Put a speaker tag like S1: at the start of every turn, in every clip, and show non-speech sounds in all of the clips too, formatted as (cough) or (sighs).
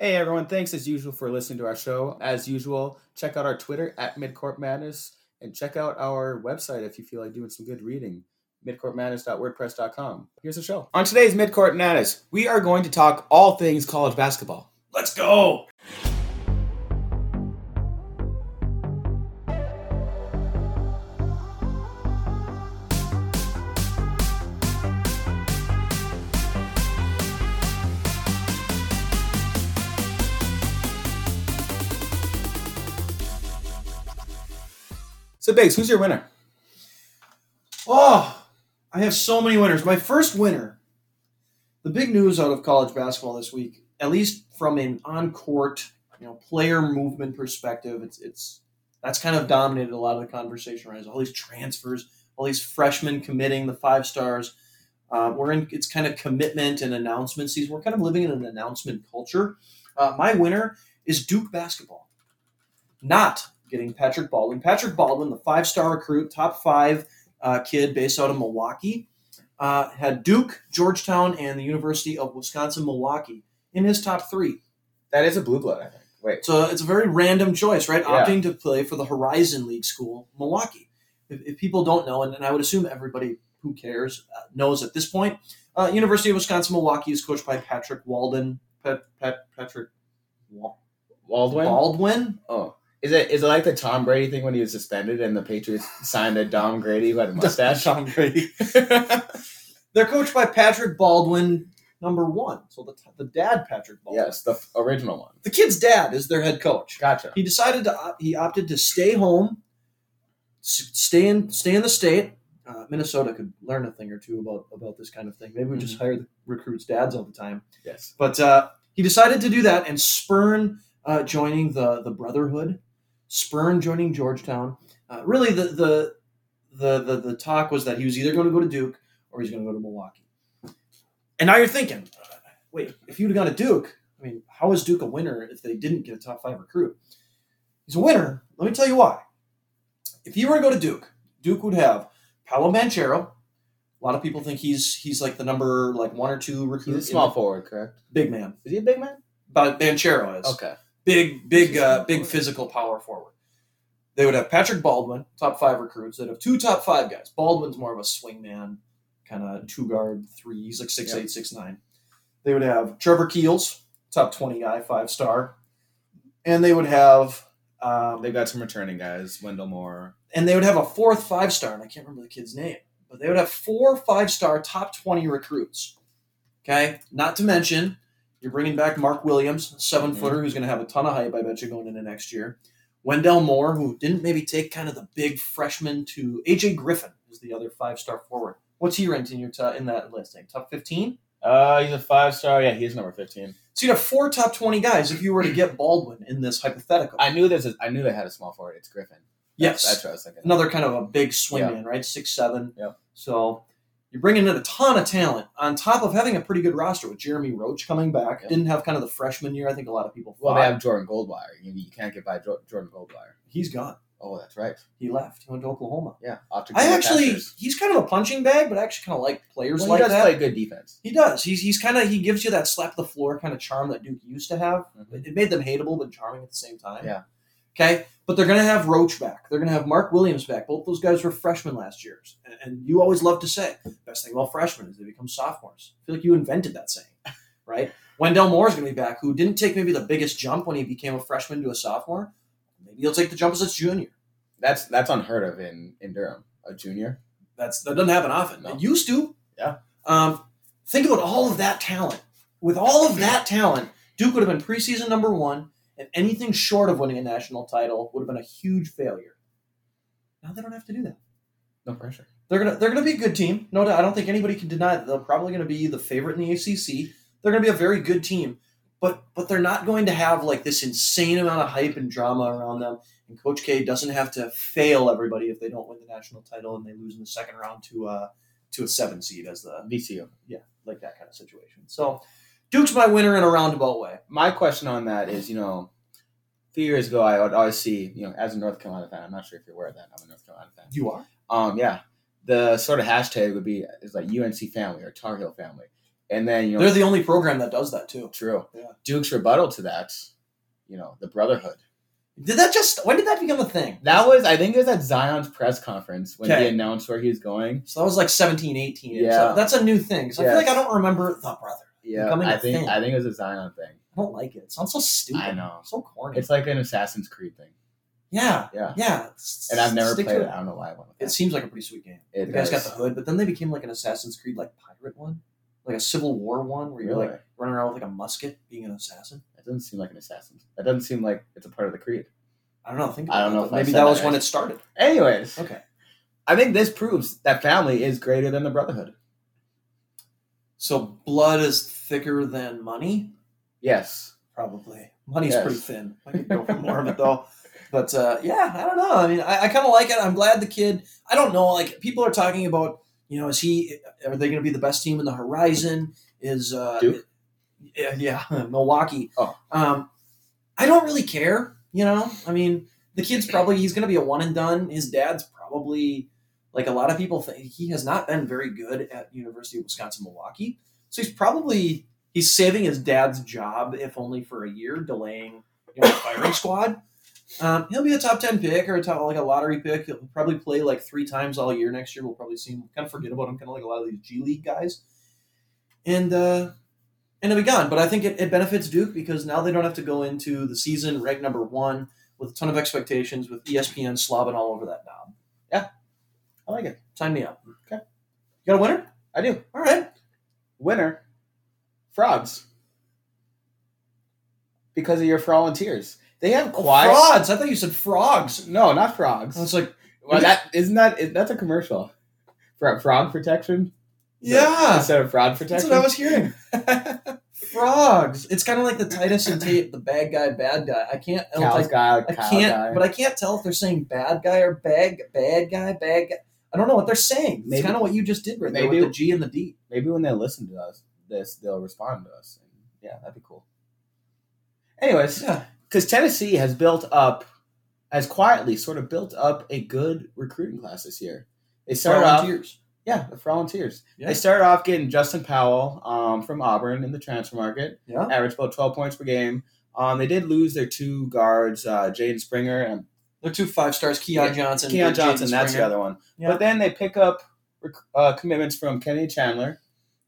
S1: Hey everyone, thanks as usual for listening to our show. As usual, check out our Twitter at Midcourt Madness and check out our website if you feel like doing some good reading, midcourtmadness.wordpress.com. Here's the show. On today's Midcourt Madness, we are going to talk all things college basketball. Let's go! So, Biggs, who's your winner?
S2: Oh, I have so many winners. My first winner, the big news out of college basketball this week, at least from an on-court, you know, player movement perspective, it's it's that's kind of dominated a lot of the conversation right now. All these transfers, all these freshmen committing, the five stars. Uh, we're in it's kind of commitment and announcement season. We're kind of living in an announcement culture. Uh, my winner is Duke basketball, not getting Patrick Baldwin. Patrick Baldwin, the five-star recruit, top five uh, kid based out of Milwaukee. Uh, had Duke, Georgetown, and the University of Wisconsin Milwaukee in his top three.
S1: That is a blue blood, I think. Wait.
S2: So it's a very random choice, right?
S1: Yeah.
S2: Opting to play for the Horizon League school, Milwaukee. If, if people don't know, and, and I would assume everybody who cares uh, knows at this point, uh, University of Wisconsin Milwaukee is coached by Patrick Walden. Pat, Pat, Patrick Wa-
S1: Baldwin?
S2: Baldwin?
S1: Oh. Is it is it like the Tom Brady thing when he was suspended and the Patriots signed a Dom Grady (laughs) who had a mustache?
S2: Tom Brady. (laughs) They're coached by Patrick Baldwin, number one. So the, the dad, Patrick Baldwin.
S1: yes, the f- original one.
S2: The kid's dad is their head coach.
S1: Gotcha.
S2: He decided to op- he opted to stay home, s- stay in stay in the state. Uh, Minnesota could learn a thing or two about about this kind of thing. Maybe we just hire the recruits' dads all the time.
S1: Yes.
S2: But uh, he decided to do that and spurn uh, joining the the Brotherhood, spurn joining Georgetown. Uh, really, the, the the the the talk was that he was either going to go to Duke or he's going to go to Milwaukee. And now you're thinking, uh, wait, if you'd have gone to Duke, I mean, how is Duke a winner if they didn't get a top five recruit? He's a winner. Let me tell you why. If you were to go to Duke, Duke would have Paolo Banchero. A lot of people think he's he's like the number like one or two recruit.
S1: He's a
S2: in
S1: small forward, correct?
S2: the- big man
S1: Is he a big man?
S2: but Banchero is
S1: Okay.
S2: big, big,
S1: He's
S2: uh,
S1: a-
S2: big physical power forward. They would have Patrick Baldwin, top five recruits. They'd have two top five guys. Baldwin's more of a swingman, kind of two guard, three. He's like six
S1: Yeah.
S2: eight, six nine. They would have Trevor Keels, top twenty guy, five star, and they would have um,
S1: They've got some returning guys, Wendell Moore.
S2: and they would have a fourth five star, and I can't remember the kid's name, but they would have four five star top 20 recruits. Okay. Not to mention, you're bringing back Mark Williams, 7 footer,
S1: Mm-hmm.
S2: who's going to have a ton of hype, I bet you, going into next year. Wendell Moore, who didn't maybe take kind of the big freshman to AJ Griffin, is the other five star forward. What's he ranked in your t- in that listing? Top 15?
S1: Uh, he's a five star. Yeah, he's number fifteen.
S2: So you'd have four top 20 guys if you were to get Baldwin in this hypothetical.
S1: I knew there's. A, I knew they had a small forward. It's Griffin. That's,
S2: yes.
S1: that's what I was thinking.
S2: another kind of a big swingman, right? Six seven.
S1: Yeah.
S2: So you're bringing in a ton of talent on top of having a pretty good roster with Jeremy Roach coming back.
S1: Yeah.
S2: Didn't have kind of the freshman year. I think a lot of people
S1: Well,
S2: thought
S1: they have Jordan Goldwire. You, you can't get by Jo- Jordan Goldwire.
S2: he's gone.
S1: Oh, that's right.
S2: He left. He went to Oklahoma.
S1: Yeah, off to
S2: I
S1: Green
S2: actually,
S1: Pastures.
S2: he's kind of a punching bag, but I actually kind of like players
S1: Well, he
S2: like
S1: does
S2: that.
S1: play good defense.
S2: he does. He's, he's kind of he gives you that slap the floor kind of charm that Duke used to have.
S1: Mhm.
S2: Mm-hmm. It it made them hateable but charming at the same time.
S1: Yeah.
S2: Okay. But they're going to have Roach back. They're going to have Mark Williams back. Both those guys were freshmen last year. And, and you always love to say, best thing about freshmen is they become sophomores. I feel like you invented that saying, (laughs) right? Wendell Moore's going to be back, who didn't take maybe the biggest jump when he became a freshman to a sophomore. Maybe he'll take the jump as a junior.
S1: That's that's unheard of in in Durham. A junior.
S2: That's That doesn't happen often.
S1: No.
S2: It used to.
S1: Yeah.
S2: Um, think about all of that talent. With all of that talent, Duke would have been preseason number one, and anything short of winning a national title would have been a huge failure. Now they don't have to do that.
S1: No pressure.
S2: They're gonna they're gonna be a good team. No doubt. I don't think anybody can deny that they're probably gonna be the favorite in the ACC. They're gonna be a very good team, but but they're not going to have like this insane amount of hype and drama around them. And Coach K doesn't have to fail everybody if they don't win the national title and they lose in the second round to uh to a seven seed as the
S1: VCU.
S2: like that kind of situation. So Duke's my winner in a roundabout way.
S1: My question on that is, you know, a few years ago, I would always see, you know, as a North Carolina fan, I'm not sure if you're aware of that. I'm a North Carolina fan.
S2: You are.
S1: Um, yeah, the sort of hashtag would be is like UNC family or Tar Heel family, And then you know
S2: They're the only program that does that too.
S1: true.
S2: Yeah.
S1: Duke's rebuttal to that, you know, the brotherhood.
S2: Did that just when did that become a thing?
S1: That was I think it was at Zion's press conference when he
S2: Okay.
S1: announced where he was going.
S2: so that was like 17, 18.
S1: Yeah.
S2: So that's a new thing. So I feel
S1: Yes.
S2: like I don't remember the brother.
S1: Yeah,
S2: Becoming
S1: I
S2: a
S1: think
S2: thing.
S1: I think it was a Zion thing.
S2: I don't like it. It sounds so stupid.
S1: I know.
S2: So corny.
S1: It's like an Assassin's Creed thing.
S2: yeah.
S1: Yeah.
S2: Yeah.
S1: And I've never
S2: Stick to
S1: played it. I don't know why I went with
S2: It
S1: that.
S2: seems like a pretty sweet game.
S1: It
S2: the guy's got
S1: does.
S2: the hood, but then they became like an Assassin's Creed like pirate one, like a Civil War one where you're
S1: Really?
S2: like running around with like a musket being an assassin.
S1: That doesn't seem like an assassin. That doesn't seem like it's a part of the creed.
S2: I don't know. Think
S1: I
S2: about
S1: don't
S2: that,
S1: know
S2: but
S1: if I
S2: maybe
S1: said
S2: that
S1: that
S2: was
S1: right.
S2: when it started.
S1: Anyways,
S2: Okay.
S1: I think this proves that family is greater than the brotherhood.
S2: So blood is thicker than money.
S1: Yes.
S2: Probably money's
S1: Yes.
S2: pretty thin. I could go for more of
S1: (laughs)
S2: it though. But uh, yeah, I don't know. I mean, I, I kind of like it. I'm glad the kid. I don't know. Like people are talking about, you know, is he? Are they going to be the best team in the horizon? Is uh,
S1: Duke?
S2: Yeah, yeah, (laughs) Milwaukee.
S1: Oh.
S2: Um, I don't really care. You know, I mean, the kid's probably he's going to be a one and done. His dad's probably like a lot of people think he has not been very good at University of Wisconsin Milwaukee. So he's probably he's saving his dad's job, if only for a year, delaying you know,
S1: (coughs)
S2: the firing squad. Um, he'll be a top ten pick or a top, like a lottery pick. He'll probably play like three times all year next year. We'll probably see him kind of forget about him, kind of like a lot of these G League guys. And uh, and it'll be gone. But I think it, it benefits Duke because now they don't have to go into the season ranked number one with a ton of expectations, with E ESPN slobbing all over that knob.
S1: I like it.
S2: Sign me up.
S1: Okay.
S2: You got a winner?
S1: I do.
S2: All right.
S1: Winner. Frogs. Because of your volunteers. They have
S2: Oh,
S1: quiet
S2: Frauds. I thought you said frogs.
S1: No, not frogs.
S2: I was like,
S1: Well, that isn't that is- that's a commercial. For fraud protection
S2: yeah.
S1: instead of fraud
S2: That's
S1: protection.
S2: what I was hearing. (laughs) Frogs. It's kind of like the Titus and Tate, the bad guy, bad guy. I can't. I, don't
S1: Cow's
S2: like-
S1: guy,
S2: I
S1: cow
S2: can't.
S1: guy.
S2: But I can't tell if they're saying bad guy or bad bad guy, bad guy. I don't know what they're saying.
S1: Maybe-
S2: It's kind of what you just did right there
S1: maybe-
S2: with the G and the D.
S1: Maybe when they listen to us, this they'll respond to us. Yeah, that'd be cool. Anyways,
S2: Yeah.
S1: because Tennessee has built up, has quietly sort of built up a good recruiting class this year. They started off,
S2: Volunteers.
S1: yeah, the volunteers.
S2: Yeah.
S1: They started off getting Justin Powell um, from Auburn in the transfer market,
S2: Yeah.
S1: averaged about twelve points per game. Um, they did lose their two guards, uh, Jaden Springer and
S2: They're two five stars. Keon
S1: Yeah.
S2: Johnson.
S1: Keon
S2: Jaden
S1: Johnson. That's the
S2: Springer.
S1: other one.
S2: Yeah.
S1: But then they pick up rec- uh, commitments from Kenny Chandler,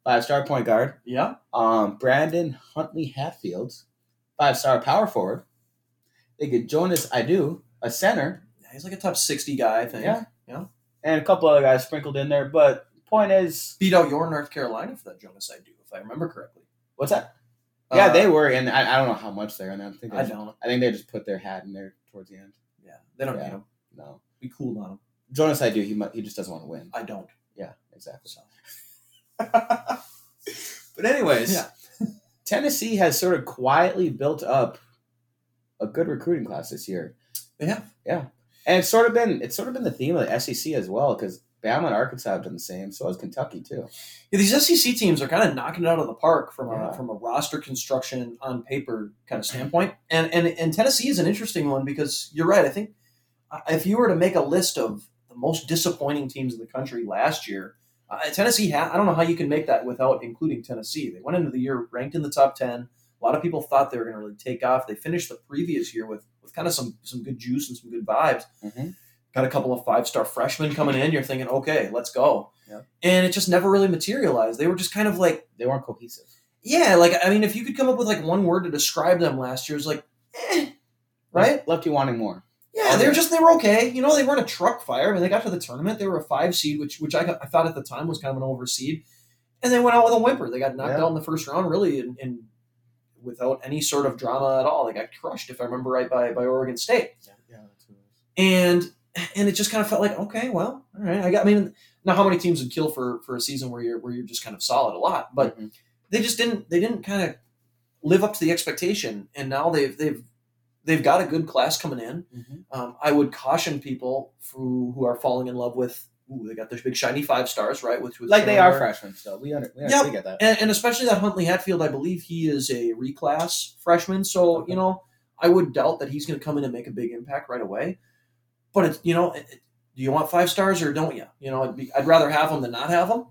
S1: five-star point guard.
S2: Yeah.
S1: um, Brandon Huntley Hatfield, five star power forward. They get Jonas Idu, a center,
S2: Yeah, He's like a top sixty guy. I think.
S1: Yeah. and a couple other guys sprinkled in there. But point is,
S2: Beat out your North Carolina for that Jonas I do, if I remember correctly.
S1: what's that? Yeah,
S2: Uh,
S1: they were, and I, I don't know how much they're in. I think they
S2: I
S1: just-
S2: don't.
S1: I think they just put their hat in there towards the end.
S2: Yeah. They don't
S1: Yeah.
S2: need him.
S1: No,
S2: We cool on him.
S1: Jonas Idu, he mu- he just doesn't want to win.
S2: I don't.
S1: Yeah, exactly.
S2: So.
S1: But anyways,
S2: Yeah.
S1: (laughs) Tennessee has sort of quietly built up a good recruiting class this year.
S2: They have.
S1: yeah, and it's sort of been it's sort of been the theme of the SEC as well because Bama and Arkansas have done the same, so has Kentucky too.
S2: Yeah, these SEC teams are kind of knocking it out of the park from
S1: Yeah.
S2: a from a roster construction on paper kind of standpoint, and and and Tennessee is an interesting one because you're right. I think uh, if you were to make a list of the most disappointing teams in the country last year, uh, Tennessee. Ha- I don't know how you can make that without including Tennessee. They went into the year ranked in the top ten. A lot of people thought they were going to really take off. They finished the previous year with with kind of some some good juice and some good vibes.
S1: Mhm.
S2: Got a couple of five star freshmen coming in. You're thinking, okay, let's go and it just never really materialized. They were just kind of like,
S1: They weren't cohesive.
S2: yeah, like I mean, if you could come up with like one word to describe them last year, it's like, eh, right?
S1: left you wanting more.
S2: Yeah, they were just they were okay. You know, they weren't a truck fire. I mean, they got to the tournament, they were a five seed, which which I, got- I thought at the time was kind of an overseed, and they went out with a whimper. They got knocked
S1: Yeah.
S2: out in the first round, really, and, and without any sort of drama at all. They got crushed, if I remember right, by by Oregon State.
S1: Yeah, that's what it was.
S2: and and it just kind of felt like okay, well, all right. I got. I mean, now how many teams would kill for for a season where you're where you're just kind of solid a lot, but
S1: Mhm.
S2: they just didn't they didn't kind of live up to the expectation, and now they've they've they've got a good class coming in.
S1: Mhm.
S2: Um, I would caution people who who are falling in love with ooh, they got those big shiny five stars right, which was
S1: like they are freshmen, so we under, we, under,
S2: Yep.
S1: we get that.
S2: and, and especially that Huntley Hatfield, I believe he is a reclass freshman. So you know, I would doubt that he's going to come in and make a big impact right away. But it's you know, it, it- do you want five stars or don't you? You know, it'd be, I'd rather have them than not have them.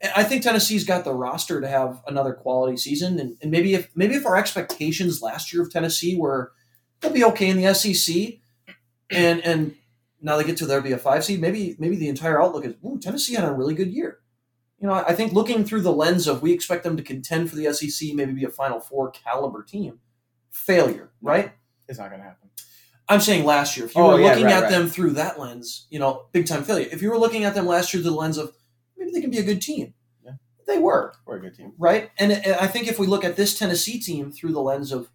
S2: And I think Tennessee's got the roster to have another quality season, and, and maybe if maybe if our expectations last year of Tennessee were they'll be okay in the SEC, and and now they get to there be a five seed, maybe maybe the entire outlook is ooh Tennessee had a really good year. You know, I I think looking through the lens of we expect them to contend for the SEC, maybe be a Final Four caliber team, failure, right?
S3: It's not going to happen.
S2: I'm saying last year. If you
S1: Oh,
S2: were
S1: yeah,
S2: looking
S1: right,
S2: at
S1: right.
S2: them through that lens, you know, big time failure. If you were looking at them last year through the lens of maybe they can be a good team,
S3: Yeah.
S2: they were
S3: We're a good team.
S2: right. And, and I think if we look at this Tennessee team through the lens of,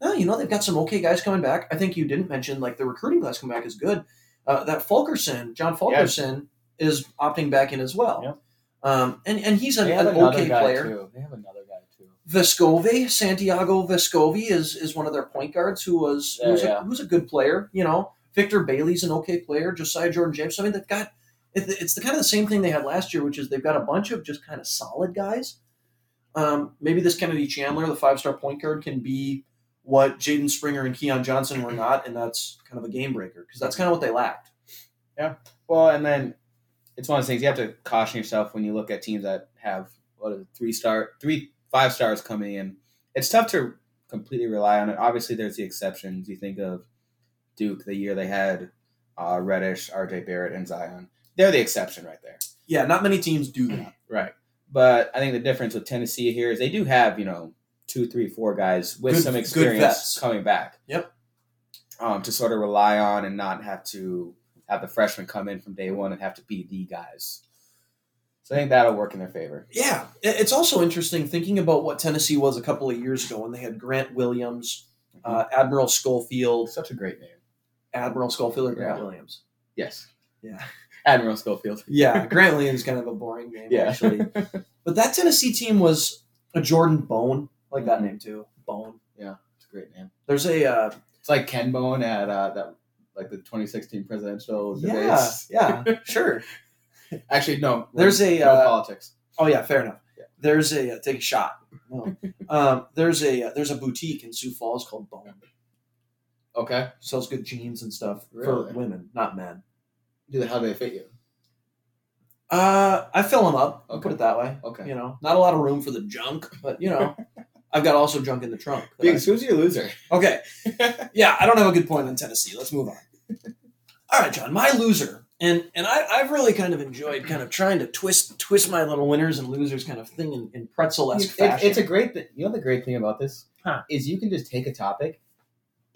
S2: oh, you know, they've got some okay guys coming back. I think you didn't mention like the recruiting class coming back is good. Uh, that Fulkerson, John Fulkerson, is opting back in as well.
S3: Yeah.
S2: Um, and and he's an,
S3: They have
S2: an
S3: another
S2: okay
S3: guy
S2: player.
S3: too. They have another guy too.
S2: Vescovi, Santiago Vescovi is is one of their point guards who was
S3: Yeah,
S2: who's,
S3: yeah.
S2: A, who's a good player. You know, Victor Bailey's an okay player. Josiah Jordan James. I mean, they've got it- it's the kind of the same thing they had last year, which is they've got a bunch of just kind of solid guys. Um, maybe this Kennedy Chandler, the five star point guard, can be what Jaden Springer and Keon Johnson were not, and that's kind of a game breaker because that's kind of what they lacked.
S1: Well, and then it's one of those things you have to caution yourself when you look at teams that have what is it, three star, three five stars coming in. It's tough to completely rely on it. Obviously, there's the exceptions. You think of Duke the year they had uh, Reddish, R.J. Barrett, and Zion. They're the exception right there.
S2: Yeah, not many teams do that.
S1: Right. But I think the difference with Tennessee here is they do have, you know, two, three, four guys with
S2: Good-
S1: some
S2: good
S1: experience
S2: vets.
S1: coming back.
S2: Yep.
S1: Um, to sort of rely on and not have to have the freshmen come in from day one and have to be the guys. So I think that'll work in their favor.
S2: Yeah, it- it's also interesting thinking about what Tennessee was a couple of years ago when they had Grant Williams,
S1: Mm-hmm.
S2: uh, Admiral Schofield,
S1: Such a great name.
S2: Admiral Schofield, or Grant
S1: Yeah.
S2: Williams.
S1: Yes.
S2: Yeah.
S1: (laughs) Admiral Schofield.
S2: Yeah, Grant Williams is kind of a boring name
S1: Yeah. (laughs)
S2: actually. But that Tennessee team was a Jordan Bone, I like that
S1: Mhm.
S2: name too. Bone.
S1: It's a great name.
S2: There's a uh,
S1: It's like Ken Bone at uh, that like the 2016 presidential
S2: yeah,
S1: debates. (laughs)
S2: yeah, sure.
S1: Actually, no.
S2: There's a,
S1: no
S2: uh,
S1: politics.
S2: Oh yeah, fair enough.
S1: Yeah.
S2: There's a uh, take a shot.
S1: (laughs)
S2: No. um, there's a uh, there's a boutique in Sioux Falls called Bone.
S1: Okay.
S2: Sells good jeans and stuff
S1: Really?
S2: for women, not men.
S1: Do they, how do they fit you?
S2: Uh, I fill them up. I'll
S1: Okay.
S2: Put it that way.
S1: Okay.
S2: You know, not a lot of room for the junk, but
S1: (laughs)
S2: you know, I've got also junk in the trunk. that I-
S1: Biggs, who's your loser?
S2: Okay.
S1: (laughs)
S2: yeah, I don't have a good point on Tennessee. Let's move on. All right, John, my loser. And and I, I've really kind of enjoyed kind of trying to twist twist my little winners and losers kind of thing in, in pretzel
S1: You-
S2: esque
S1: it-
S2: fashion.
S1: it's a great thing. You know the great thing about this
S2: Huh.
S1: is you can just take a topic.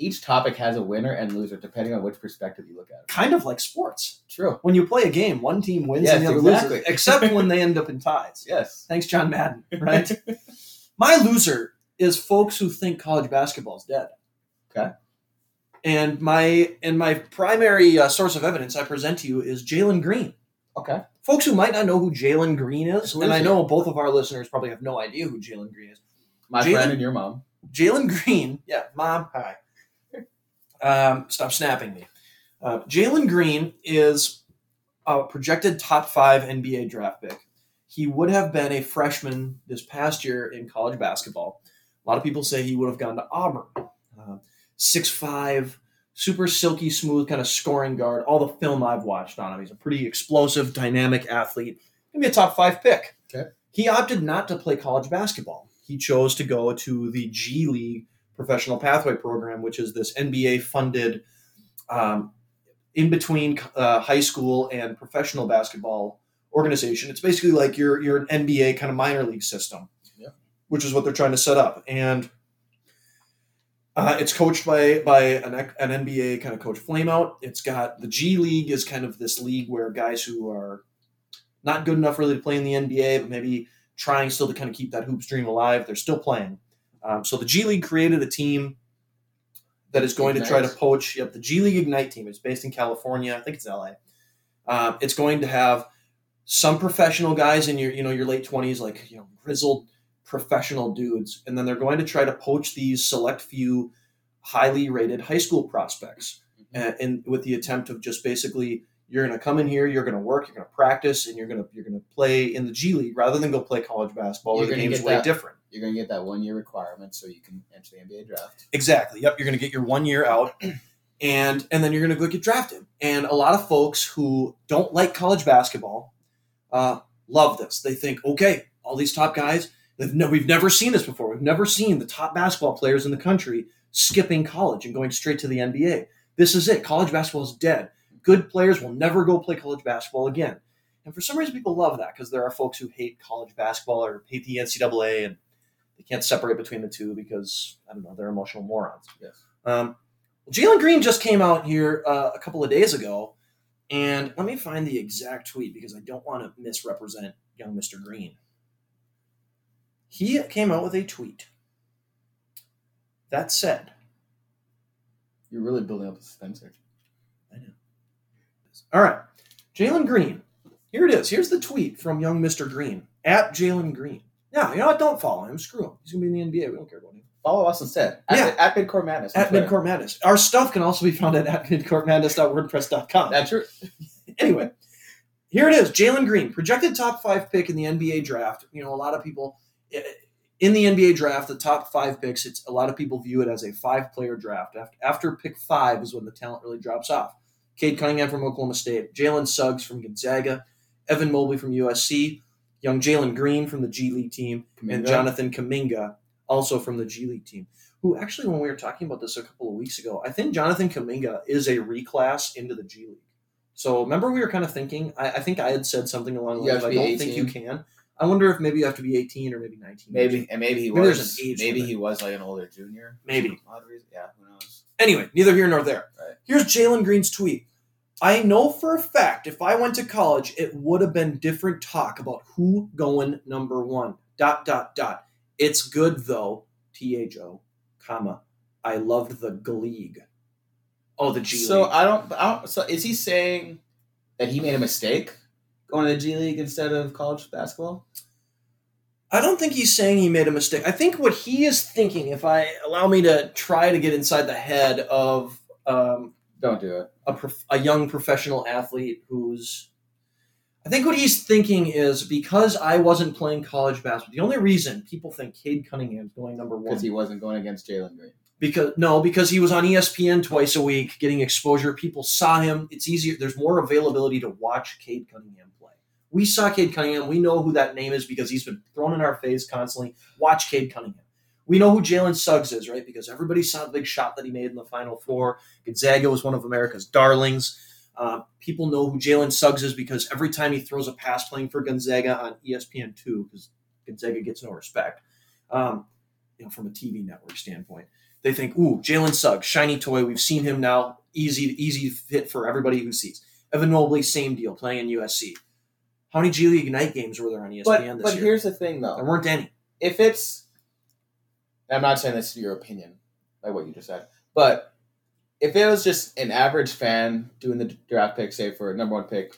S1: Each topic has a winner and loser depending on which perspective you look at it.
S2: kind of like sports.
S1: True.
S2: When you play a game, one team wins and the
S1: Yes,
S2: other
S1: exactly.
S2: loses,
S1: (laughs)
S2: except when they end up in ties.
S1: Yes.
S2: Thanks, John Madden. (laughs) Right. My loser is folks who think college basketball is dead.
S1: Okay.
S2: And my and my primary uh, source of evidence I present to you is Jalen Green.
S1: Okay.
S2: Folks who might not know who Jalen Green is,
S1: Who
S2: and
S1: is
S2: I
S1: he?
S2: know both of our listeners probably have no idea who Jalen Green is.
S1: My
S2: Jalen-
S1: friend and your mom.
S2: Jalen Green, (laughs) yeah, mom, hi. Um, stop snapping me. Uh, Jalen Green is a projected top five NBA draft pick. He would have been a freshman this past year in college basketball. A lot of people say he would have gone to Auburn. Uh, Six five, super silky smooth kind of scoring guard. All the film I've watched on him, he's a pretty explosive, dynamic athlete. Gonna be a top five pick.
S1: Okay.
S2: He opted not to play college basketball. He chose to go to the G League Professional Pathway Program, which is this NBA funded um, in between uh, high school and professional basketball organization. It's basically like you're you're an NBA kind of minor league system,
S1: Yeah.
S2: which is what they're trying to set up. And uh, it's coached by by an, ec- an NBA kind of coach flameout. It's got the G League is kind of this league where guys who are not good enough really to play in the NBA, but maybe trying still to kind of keep that hoops dream alive, they're still playing. Um, so the G League created a team that is going to try to
S1: Ignite.
S2: poach. Yep, the G League Ignite team. It's based in California. I think it's LA. Um, it's going to have some professional guys in your you know your late twenties, like you know grizzled professional dudes, and then they're going to try to poach these select few highly rated high school prospects,
S1: Mm-hmm.
S2: and, Uh, and with the attempt of just basically you're going to come in here, you're going to work, you're going to practice, and you're going to you're going to play in the G League rather than go play college basketball
S1: You're
S2: where the
S1: gonna
S2: game's
S1: get
S2: way
S1: that-
S2: different.
S1: You're gonna get that one year requirement so you can enter the NBA draft.
S2: Exactly. Yep. You're going to get your one year out, and and then you're going to go get drafted. And a lot of folks who don't like college basketball uh, love this. They think, okay, all these top guys, they've no, we've never seen this before. We've never seen the top basketball players in the country skipping college and going straight to the NBA. This is it. College basketball is dead. Good players will never go play college basketball again. And for some reason, people love that because there are folks who hate college basketball or hate the NCAA and they can't separate between the two because, I don't know, they're emotional morons.
S1: Yes.
S2: Um, Jalen Green just came out here uh, a couple of days ago and let me find the exact tweet because I don't want to misrepresent young Mr. Green. He came out with a tweet that said,
S1: You're really building up a suspense here.
S2: All right, Jalen Green. Here it is. Here's the tweet from young Mr. Green at Jalen Green. No, you know what? Don't follow him. Screw him. He's going to be in the NBA. We don't care about him.
S1: Follow us instead. At,
S2: Yeah.
S1: at Midcore Madness. on
S2: At
S1: Twitter.
S2: Midcourt Madness. Our stuff can also be found at, at midcourtmadness.wordpress.com.
S1: That's true.
S2: anyway, here it is. Jalen Green, projected top five pick in the NBA draft. You know, a lot of people eh, in the NBA draft, the top five picks. It's a lot of people view it as a five-player draft. After, after pick five is when the talent really drops off. Cade Cunningham from Oklahoma State, Jalen Suggs from Gonzaga, Evan Mobley from USC, young Jalen Green from the G League team, and
S1: Kaminga.
S2: Jonathan Kaminga, also from the G League team. Who actually, when we were talking about this a couple of weeks ago, I think Jonathan Kaminga is a reclass into the G League. So remember, we were kind of thinking. I, I think I had said something along the
S1: You
S2: lines.
S1: have
S2: of,
S1: to
S2: I
S1: be
S2: don't think you
S1: 18.
S2: can. I wonder if maybe you have to be 18 or maybe 19.
S1: Maybe and maybe he
S2: Maybe there's
S1: was
S2: an age
S1: maybe
S2: limit.
S1: he was like an older junior.
S2: Maybe.
S1: Lotteries. Yeah, who knows?
S2: Anyway, neither here nor there.
S1: Right.
S2: Here's Jalen Green's tweet. I know for a fact if I went to college, it would have been different talk about who going number one. Dot dot dot. It's good though. T H O, comma. I loved the league. Oh, the G
S1: so
S2: League.
S1: I don't I don't so is he saying that he made a mistake going to the G League instead of college basketball?
S2: I don't think he's saying he made a mistake. I think what he is thinking, if I allow me to try to get inside the head of um,
S1: Don't do it.
S2: a, prof- a young professional athlete who's I think what he's thinking is because I wasn't playing college basketball. The only reason people think Cade Cunningham's going number one
S1: Because he wasn't going against Jalen Green.
S2: because no, because he was on E ESPN twice a week getting exposure. People saw him. It's easier. There's more availability to watch Cade Cunningham play. We saw Cade Cunningham. We know who that name is because he's been thrown in our face constantly. Watch Cade Cunningham. We know who Jalen Suggs is, right? Because everybody saw the big shot that he made in the Final Four. Gonzaga was one of America's darlings. Uh, people know who Jalen Suggs is because every time he throws a pass playing for Gonzaga on E ESPN2, because Gonzaga gets no respect, um, you know, from a TV network standpoint they think, ooh, Jalen Suggs, shiny toy. We've seen him now. Easy, easy fit for everybody who sees. Evan Mobley, same deal, playing in USC. How many G League Ignite games were there on E ESPN
S1: But
S2: this
S1: but
S2: year?
S1: here's the thing
S2: there
S1: though.
S2: weren't any.
S1: If it's I'm not saying this is your opinion, like what you just said, but if it was just an average fan doing the draft pick, say for number one pick,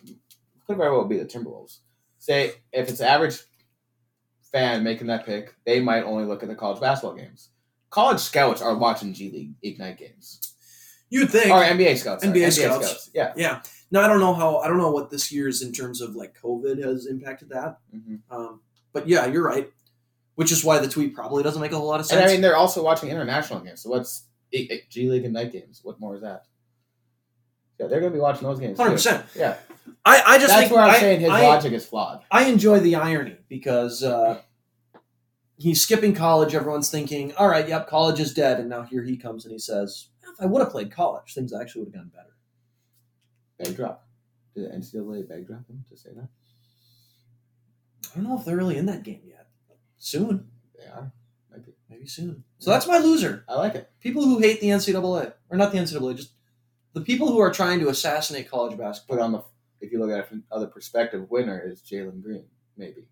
S1: could very well be the Timberwolves. Say if it's an average fan making that pick, they might only look at the college basketball games. College scouts are watching G League Ignite games.
S2: You'd think.
S1: Or NBA scouts. sorry,
S2: NBA scouts.
S1: Yeah.
S2: Yeah. Now I don't know how I don't know what this year's in terms of like COVID has impacted that.
S1: hmm
S2: Um, but yeah, you're right. Which is why the tweet probably doesn't make a whole lot of
S1: And
S2: sense.
S1: I mean, they're also watching international games. So what's I- I- G League Ignite games? What more is that? Yeah, they're going to be watching those games. too.
S2: 100%.
S1: Yeah.
S2: I, I just
S1: That's
S2: think
S1: where I'm
S2: I-
S1: saying his
S2: I-
S1: logic is flawed.
S2: I enjoy the irony because uh, he's skipping college. Everyone's thinking, all right, yep, college is dead. And now here he comes and he says, if I would have played college, things actually would have gone better.
S1: Bag drop. Did the NCAA bag drop him to say that?
S2: I don't know if they're really in that game yet. Soon.
S1: They are. Might be.
S2: Maybe soon. So that's my loser.
S1: I like it.
S2: People who hate the NCAA, or not the NCAA, just the people who are trying to assassinate college basketball.
S1: But on the if you look at it from other perspective, winner is Jalen Green, maybe.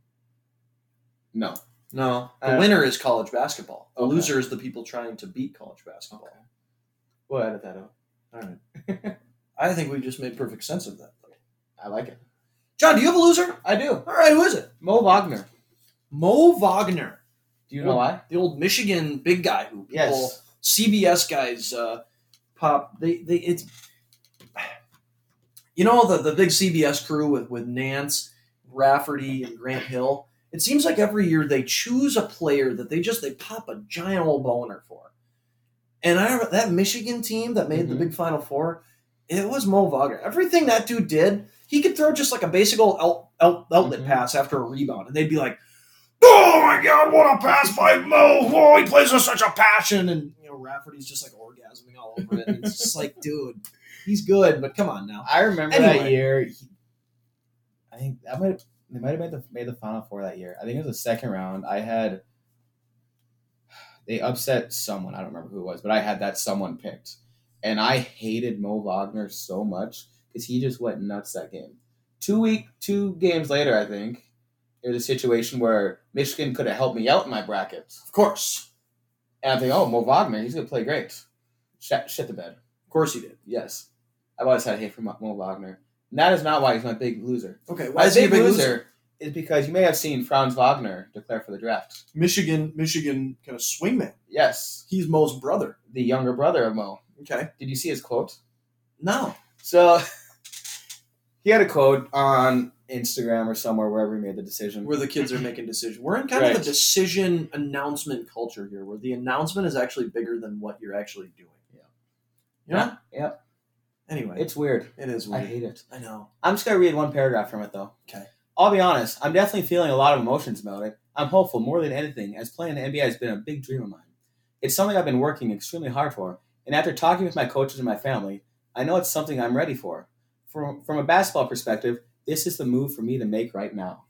S1: No.
S2: No. The
S1: Uh,
S2: winner is college basketball. The
S1: okay.
S2: loser is the people trying to beat college basketball.
S1: We'll edit that out.
S2: All right. (laughs) I think we just made perfect sense of that.
S1: I like it.
S2: John, do you have a loser?
S1: I do.
S2: All right, who is it?
S1: Mo Wagner.
S2: Mo Wagner,
S1: Do you know why?
S2: the old Michigan big guy who people,
S1: Yes.
S2: CBS guys uh, pop. They they it's you know the the big CBS crew with with Nance, Rafferty, and Grant Hill. It seems like every year they choose a player that they just they pop a giant old boner for. And I remember that Michigan team that made the
S1: Mhm.
S2: Big Final Four, it was Mo Wagner. Everything that dude did, he could throw just like a basic old out out, outlet
S1: Mhm.
S2: pass after a rebound, and they'd be like, "Oh my god, what a pass by Mo! Oh, he plays with such a passion!" And you know, Rafferty's just like orgasming all over it. And it's just like, (laughs) dude, he's good, but come on now.
S1: I remember
S2: Anyway.
S1: that year. he- I think that might they might have made the made the final four that year. I think it was the second round. I had they upset someone. I don't remember who it was, but I had that someone picked, and I hated Mo Wagner so much because he just went nuts that game. Two week, two games later, I think it was a situation where Michigan could have helped me out in my brackets,
S2: Of course,
S1: and I think, oh, Mo Wagner, he's gonna play great. Shit, shit the bed.
S2: of course, he did.
S1: Yes. I've always had hate for Mo Mo Wagner. And that is not why he's my big loser.
S2: Okay,
S1: My
S2: why is he a big loser?
S1: is because you may have seen Franz Wagner declare for the draft.
S2: Michigan, Michigan kind of swingman.
S1: Yes,
S2: He's Mo's brother.
S1: the younger brother of Mo.
S2: Okay,
S1: Did you see his quote?
S2: no,
S1: So (laughs) he had a quote on Instagram or somewhere wherever he made the decision.
S2: where the kids are making decisions. We're in kind of
S1: Right.
S2: a decision announcement culture here, where the announcement is actually bigger than what you're actually doing.
S1: Yeah.
S2: Yeah.
S1: Yeah.
S2: Anyway,
S1: It's weird.
S2: it is
S1: I
S2: weird.
S1: hate it.
S2: I know.
S1: I'm just gonna read one paragraph from it though.
S2: Okay.
S1: I'll be honest, I'm definitely feeling a lot of emotions about it. I'm hopeful more than anything, as playing in the NBA has been a big dream of mine. It's something I've been working extremely hard for, and after talking with my coaches and my family, I know it's something I'm ready for. From from a basketball perspective, this is the move for me to make right now.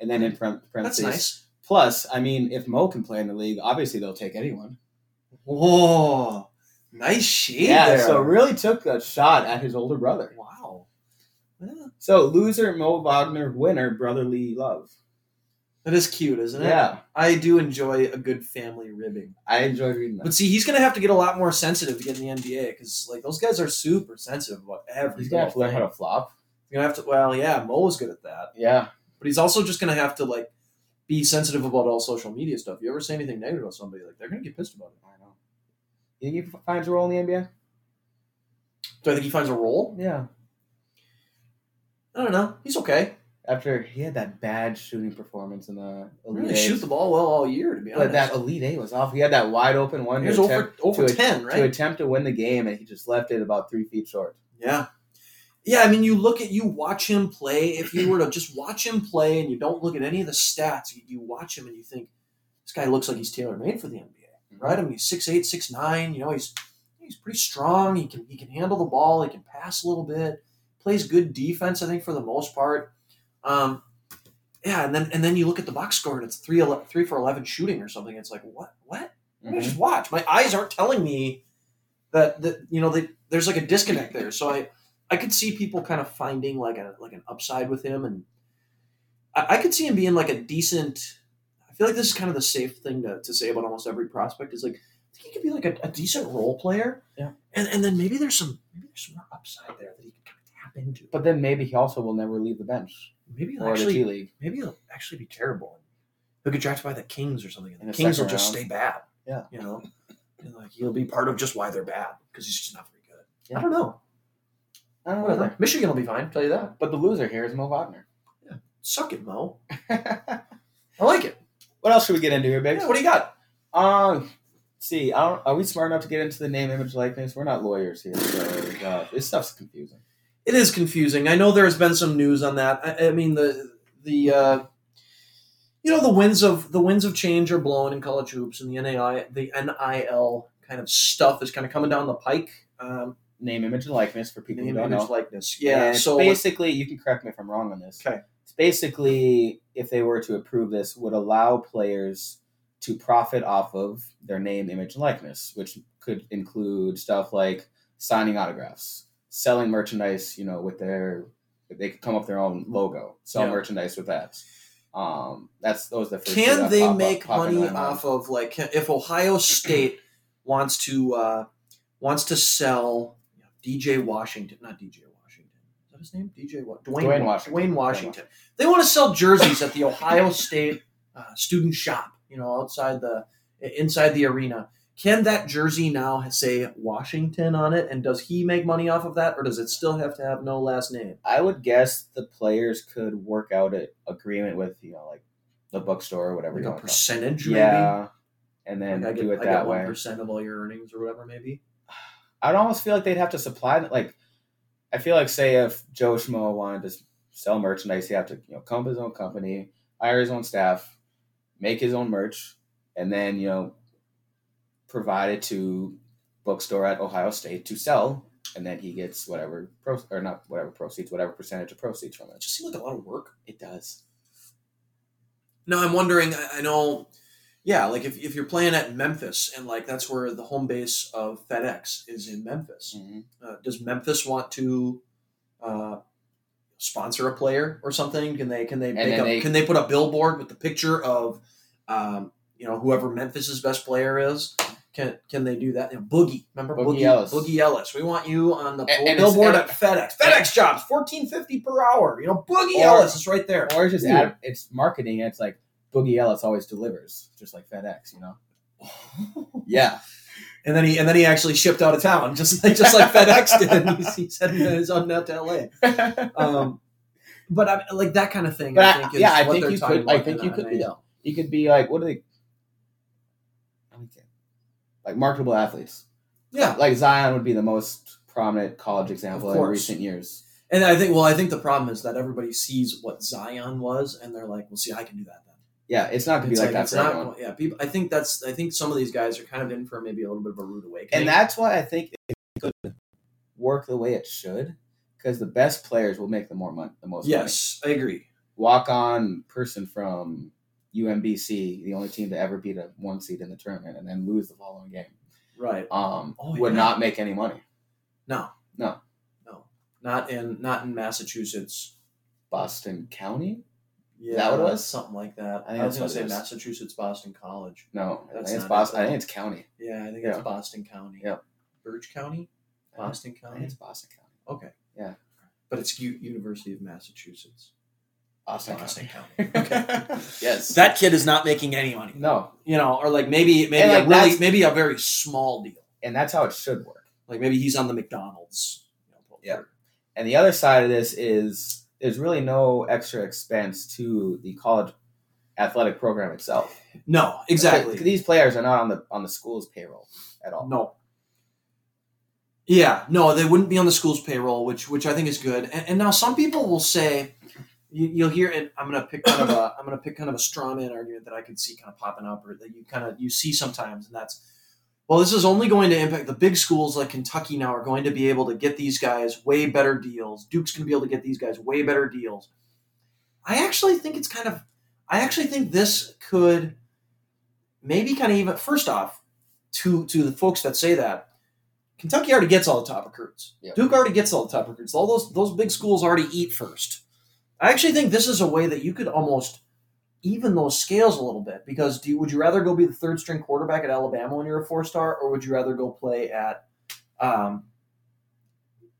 S1: And then in paren-
S2: That's
S1: parentheses,
S2: nice.
S1: plus, I mean, if Mo can play in the league, obviously they'll take anyone.
S2: Whoa, nice shade
S1: yeah,
S2: there.
S1: so really took a shot at his older brother.
S2: wow, Yeah,
S1: So loser Mo Wagner, winner brotherly love.
S2: that is cute, isn't it?
S1: Yeah,
S2: I do enjoy a good family ribbing,
S1: I enjoy reading that.
S2: but see, he's gonna have to get a lot more sensitive to get in the NBA because like those guys are super sensitive about everything.
S1: He's gonna have to learn how to flop.
S2: You're gonna have to. Well, yeah, Mo's good at that,
S1: Yeah,
S2: but he's also just gonna have to like be sensitive about all social media stuff. You ever say anything negative about somebody, like they're gonna get pissed about it.
S1: I know. You think he finds a role in the NBA?
S2: Do I think he finds a role?
S1: Yeah.
S2: I don't know. He's okay.
S1: After he had that bad shooting performance in the Elite
S2: Really
S1: Eight,
S2: shoot the ball well all year, to be honest.
S1: but that Elite Eight was off. He had that wide open one to
S2: Here's
S1: attempt,
S2: over over
S1: to a-
S2: ten,
S1: to
S2: right?
S1: attempt to win the game, and he just left it about three feet short.
S2: Yeah. Yeah, I mean, you look at you watch him play. If you were to just watch him play and you don't look at any of the stats, you, you watch him and you think this guy looks like he's tailor made for the NBA, right? I mean, he's six eight, six nine. You know, he's he's pretty strong. He can he can handle the ball. He can pass a little bit. Plays good defense, I think, for the most part. Um, yeah, and then and then you look at the box score and it's three ele- three for eleven shooting or something. It's like what what? I
S1: Mhm.
S2: just watch. My eyes aren't telling me that that you know they, there's like a disconnect there. So I I could see people kind of finding like a like an upside with him, and I, I could see him being like a decent. I feel like this is kind of the safe thing to, to say about almost every prospect is like I think he could be like a, a decent role player.
S1: Yeah.
S2: and and then maybe there's some maybe there's some more upside there that he could kind of tap into.
S1: (laughs) But then maybe he also will never leave the bench
S2: Maybe he'll
S1: or the G
S2: actually
S1: League.
S2: maybe he'll actually be terrible. He'll get drafted by the Kings or something, and
S1: In
S2: the
S1: the
S2: Kings will
S1: second
S2: just
S1: round.
S2: stay bad.
S1: Yeah.
S2: you know, and like he'll be part of just why they're bad because he's just not very good.
S1: Yeah.
S2: I don't know.
S1: I don't know.
S2: Whatever. Michigan will be fine. Tell you that.
S1: But the loser here is Mo Wagner.
S2: Suck it,
S1: (laughs)
S2: Mo. I like it.
S1: what else should we get into here, babe?
S2: Yeah, what do you got?
S1: Um, see, I don't, are we smart enough to get into the name, image, likeness? We're not lawyers here, so uh, this stuff's confusing.
S2: It is confusing. I know there's been some news on that. I, I mean the the uh, you know the winds of the winds of change are blowing in college hoops, and the NAI the NIL kind of stuff is kind of coming down the pike. Um,
S1: Name, image, and likeness for people
S2: name,
S1: who don't
S2: image,
S1: know.
S2: likeness. Yeah.
S1: And it's
S2: so
S1: basically, you can correct me if I'm wrong on this.
S2: Okay.
S1: It's basically, if they were to approve this, would allow players to profit off of their name, image, and likeness, which could include stuff like signing autographs, selling merchandise, you know, with their they could come up with their own logo, sell
S2: Yeah.
S1: merchandise with that. Um, that's those are the first two
S2: can
S1: that
S2: they
S1: pop up-
S2: make
S1: pop into
S2: money
S1: my mind.
S2: off of like can- if Ohio State (clears throat) wants to uh, wants to sell you know, DJ Washington, not DJ Washington, is that his name? DJ what? Dwayne,
S1: Dwayne Washington.
S2: Dwayne Washington. They want to sell jerseys at the
S1: (laughs)
S2: Ohio State uh, student shop, you know, outside the inside the arena. Can that jersey now say Washington on it? And does he make money off of that, or does it still have to have no last name?
S1: I would guess the players could work out an agreement with you know like the bookstore or whatever
S2: Like
S1: you
S2: a
S1: want to call
S2: percentage,
S1: it. yeah, and
S2: maybe.
S1: then
S2: Like I get,
S1: do it
S2: I
S1: that
S2: get
S1: way.
S2: 1% of all your earnings or whatever, maybe.
S1: I'd almost feel like they'd have to supply like I feel like say if Joe Schmo wanted to sell merchandise. He had to you know come up with his own company, hire his own staff, make his own merch, and then you know provide it to bookstore at Ohio State to sell, and then he gets whatever pro or not whatever proceeds, whatever percentage of proceeds from
S2: It
S1: it.
S2: just seemed like a lot of work.
S1: It does.
S2: No, I'm wondering. I, I know, yeah, like if, if you're playing at Memphis and like that's where the home base of FedEx is in Memphis,
S1: Mm.
S2: uh, does Memphis want to uh, sponsor a player or something? Can they can they make
S1: then
S2: up,
S1: they-
S2: can they put a billboard with the picture of um, you know whoever Memphis's best player is? Can can they do that? You know, Boogie, remember
S1: Boogie Ellis.
S2: Boogie Ellis. We want you on the
S1: And- and it's-
S2: billboard
S1: and-
S2: at FedEx. FedEx jobs, fourteen fifty per hour. You know, Boogie
S1: Or-
S2: Ellis is right (sighs) there.
S1: Or (sighs) it's just
S2: Yeah.
S1: ad, it's marketing. And it's like Boogie Ellis always delivers, just like FedEx. You know. Yeah.
S2: And then he and then he actually shipped out of town, (laughs) just like just
S1: (laughs)
S2: like FedEx did. He's, he's heading he's on out to LA. Um, but I, like that kind of thing,
S1: But
S2: I
S1: I-
S2: think is
S1: yeah, I
S2: what
S1: think
S2: they're
S1: you
S2: talking
S1: could- I
S2: about
S1: think
S2: in
S1: you
S2: that,
S1: could be
S2: right?
S1: though. You could be like, what do they? I don't care. Like marketable athletes.
S2: Yeah,
S1: Like Zion would be the most prominent college example
S2: Of
S1: in
S2: course.
S1: recent years.
S2: and I think well, I think the problem is that everybody sees what Zion was, and they're like, well, see, I can do that. Then
S1: Yeah, it's not gonna
S2: it's
S1: be like, that
S2: it's
S1: for
S2: not.
S1: everyone.
S2: Yeah, people. I think that's. I think some of these guys are kind of in for maybe a little bit of a rude awakening.
S1: And that's why I think it could work the way it should, because the best players will make the more money, the most money.
S2: yes, I agree.
S1: Walk on person from UMBC, the only team to ever beat a one seed in the tournament and then lose the following game,
S2: Right.
S1: um,
S2: Oh,
S1: would
S2: yeah.
S1: not make any money.
S2: No.
S1: No.
S2: No. Not in. Not in Massachusetts.
S1: Boston County?
S2: Yeah,
S1: that what it was?
S2: Something like that.
S1: I think
S2: I
S1: that's
S2: was gonna
S1: what it
S2: say
S1: is.
S2: Massachusetts Boston College.
S1: No, I
S2: That's
S1: think it's
S2: not it,
S1: Boston. I
S2: though.
S1: think it's County.
S2: Yeah, I think
S1: Yeah. Uh-huh.
S2: it's Boston County.
S1: Yep.
S2: Birch County, Boston
S1: I think
S2: County.
S1: it's Boston County.
S2: Okay.
S1: Yeah.
S2: But it's U- University of Massachusetts.
S1: Boston,
S2: Boston County.
S1: (laughs) County. yes.
S2: That kid is not making any money.
S1: No,
S2: You know, or like maybe maybe
S1: And, like,
S2: a really
S1: that's-
S2: maybe a very small deal.
S1: and that's how it should work.
S2: Like maybe he's on the McDonald's. You know, poker.
S1: Yeah. And the other side of this is there's really no extra expense to the college athletic program itself.
S2: No, exactly.
S1: These players are not on the on the school's payroll at all.
S2: No. Yeah, no, they wouldn't be on the school's payroll, which which I think is good. And, and now some people will say, you, you'll hear, and I'm gonna pick kind of a I'm gonna pick kind of a straw man argument that I could see kind of popping up, or that you kind of you see sometimes, and that's, well, this is only going to impact the big schools like Kentucky now are going to be able to get these guys way better deals. Duke's gonna be able to get these guys way better deals. I actually think it's kind of, I actually think this could, maybe kind of even first off, to to the folks that say that Kentucky already gets all the top recruits.
S1: Yep.
S2: Duke already gets all the top recruits. All those those big schools already eat first. I actually think this is a way that you could almost even those scales a little bit because do you, would you rather go be the third string quarterback at Alabama when you're a four star, or would you rather go play at um,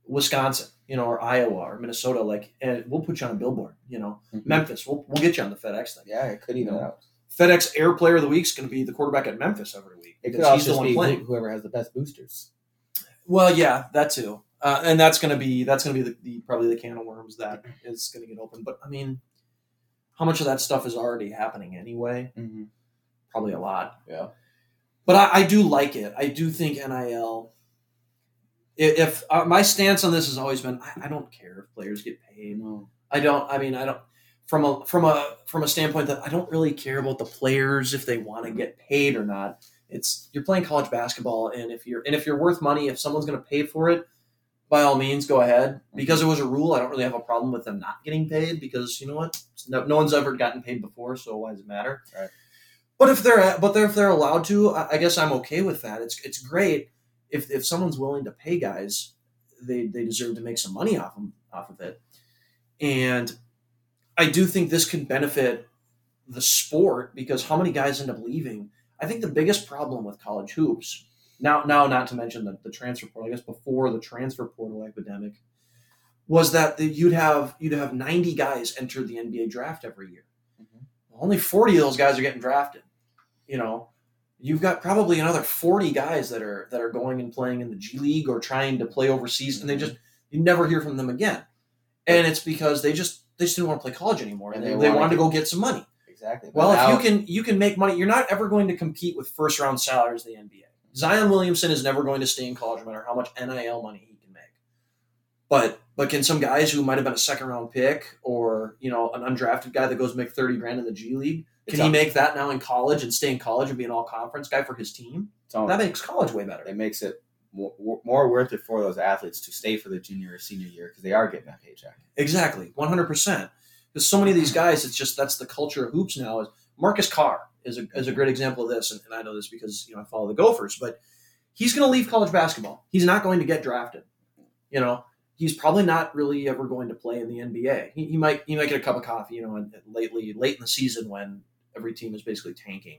S2: Wisconsin, you know, or Iowa or Minnesota? Like, and we'll put you on a billboard, you know,
S1: Mhm.
S2: Memphis. We'll we'll get you on the FedEx thing.
S1: Yeah, it could even
S2: No.
S1: out.
S2: FedEx Air Player of the Week is going to be the quarterback at Memphis every week.
S1: It could
S2: because
S1: also just be who- whoever has the best boosters.
S2: Well, yeah, that too, uh, and that's gonna be that's gonna be the, the probably the can of worms that is gonna get open. But I mean, how much of that stuff is already happening anyway?
S1: Mm-hmm.
S2: Probably a lot.
S1: Yeah.
S2: But I, I do like it. I do think NIL. i- If uh, my stance on this has always been, I, I don't care if players get paid. I don't. I mean, I don't. From a from a from a standpoint that I don't really care about the players if they want to get paid or not. It's you're playing college basketball, and if you're and if you're worth money, if someone's going to pay for it, by all means, go ahead. Because it was a rule, I don't really have a problem with them not getting paid because you know what, no, no one's ever gotten paid before, so why does it matter?
S1: Right.
S2: But if they're but they're, if they're allowed to, I, I guess I'm okay with that. It's it's great if if someone's willing to pay guys, they they deserve to make some money off 'em- off of it. And I do think this could benefit the sport because how many guys end up leaving? I think the biggest problem with college hoops now, now not to mention the, the transfer portal. I guess before the transfer portal epidemic was that the, you'd have you'd have ninety guys enter the NBA draft every year.
S1: Mhm.
S2: Only forty of those guys are getting drafted. You know, you've got probably another forty guys that are that are going and playing in the G League or trying to play overseas, and they
S1: Mhm.
S2: just you never hear from them again and it's because they just they just didn't want to play college anymore,
S1: And
S2: and, they,
S1: they
S2: they
S1: wanna
S2: wanted to
S1: get-
S2: go get some money.
S1: Exactly. But
S2: Well,
S1: now-
S2: if you can you can make money, you're not ever going to compete with first round salaries in the NBA. Zion Williamson is never going to stay in college, no matter how much NIL money he can make. But but can some guys who might have been a second round pick or you know an undrafted guy that goes make thirty grand in the G League,
S1: It's
S2: can he
S1: up.
S2: make that now in college and stay in college and be an all conference guy for his team?
S1: It's all-
S2: That makes college way better.
S1: it makes it more, more worth it for those athletes to stay for the junior or senior year because they are getting that paycheck.
S2: Exactly, one hundred percent. Because so many of these guys, it's just that's the culture of hoops now. Is Marcus Carr is a, is a great example of this, and, and I know this because you know I follow the Gophers, but he's going to leave college basketball. He's not going to get drafted. You know, he's probably not really ever going to play in the NBA. He, he might he might get a cup of coffee, you know, and, and lately late in the season when every team is basically tanking.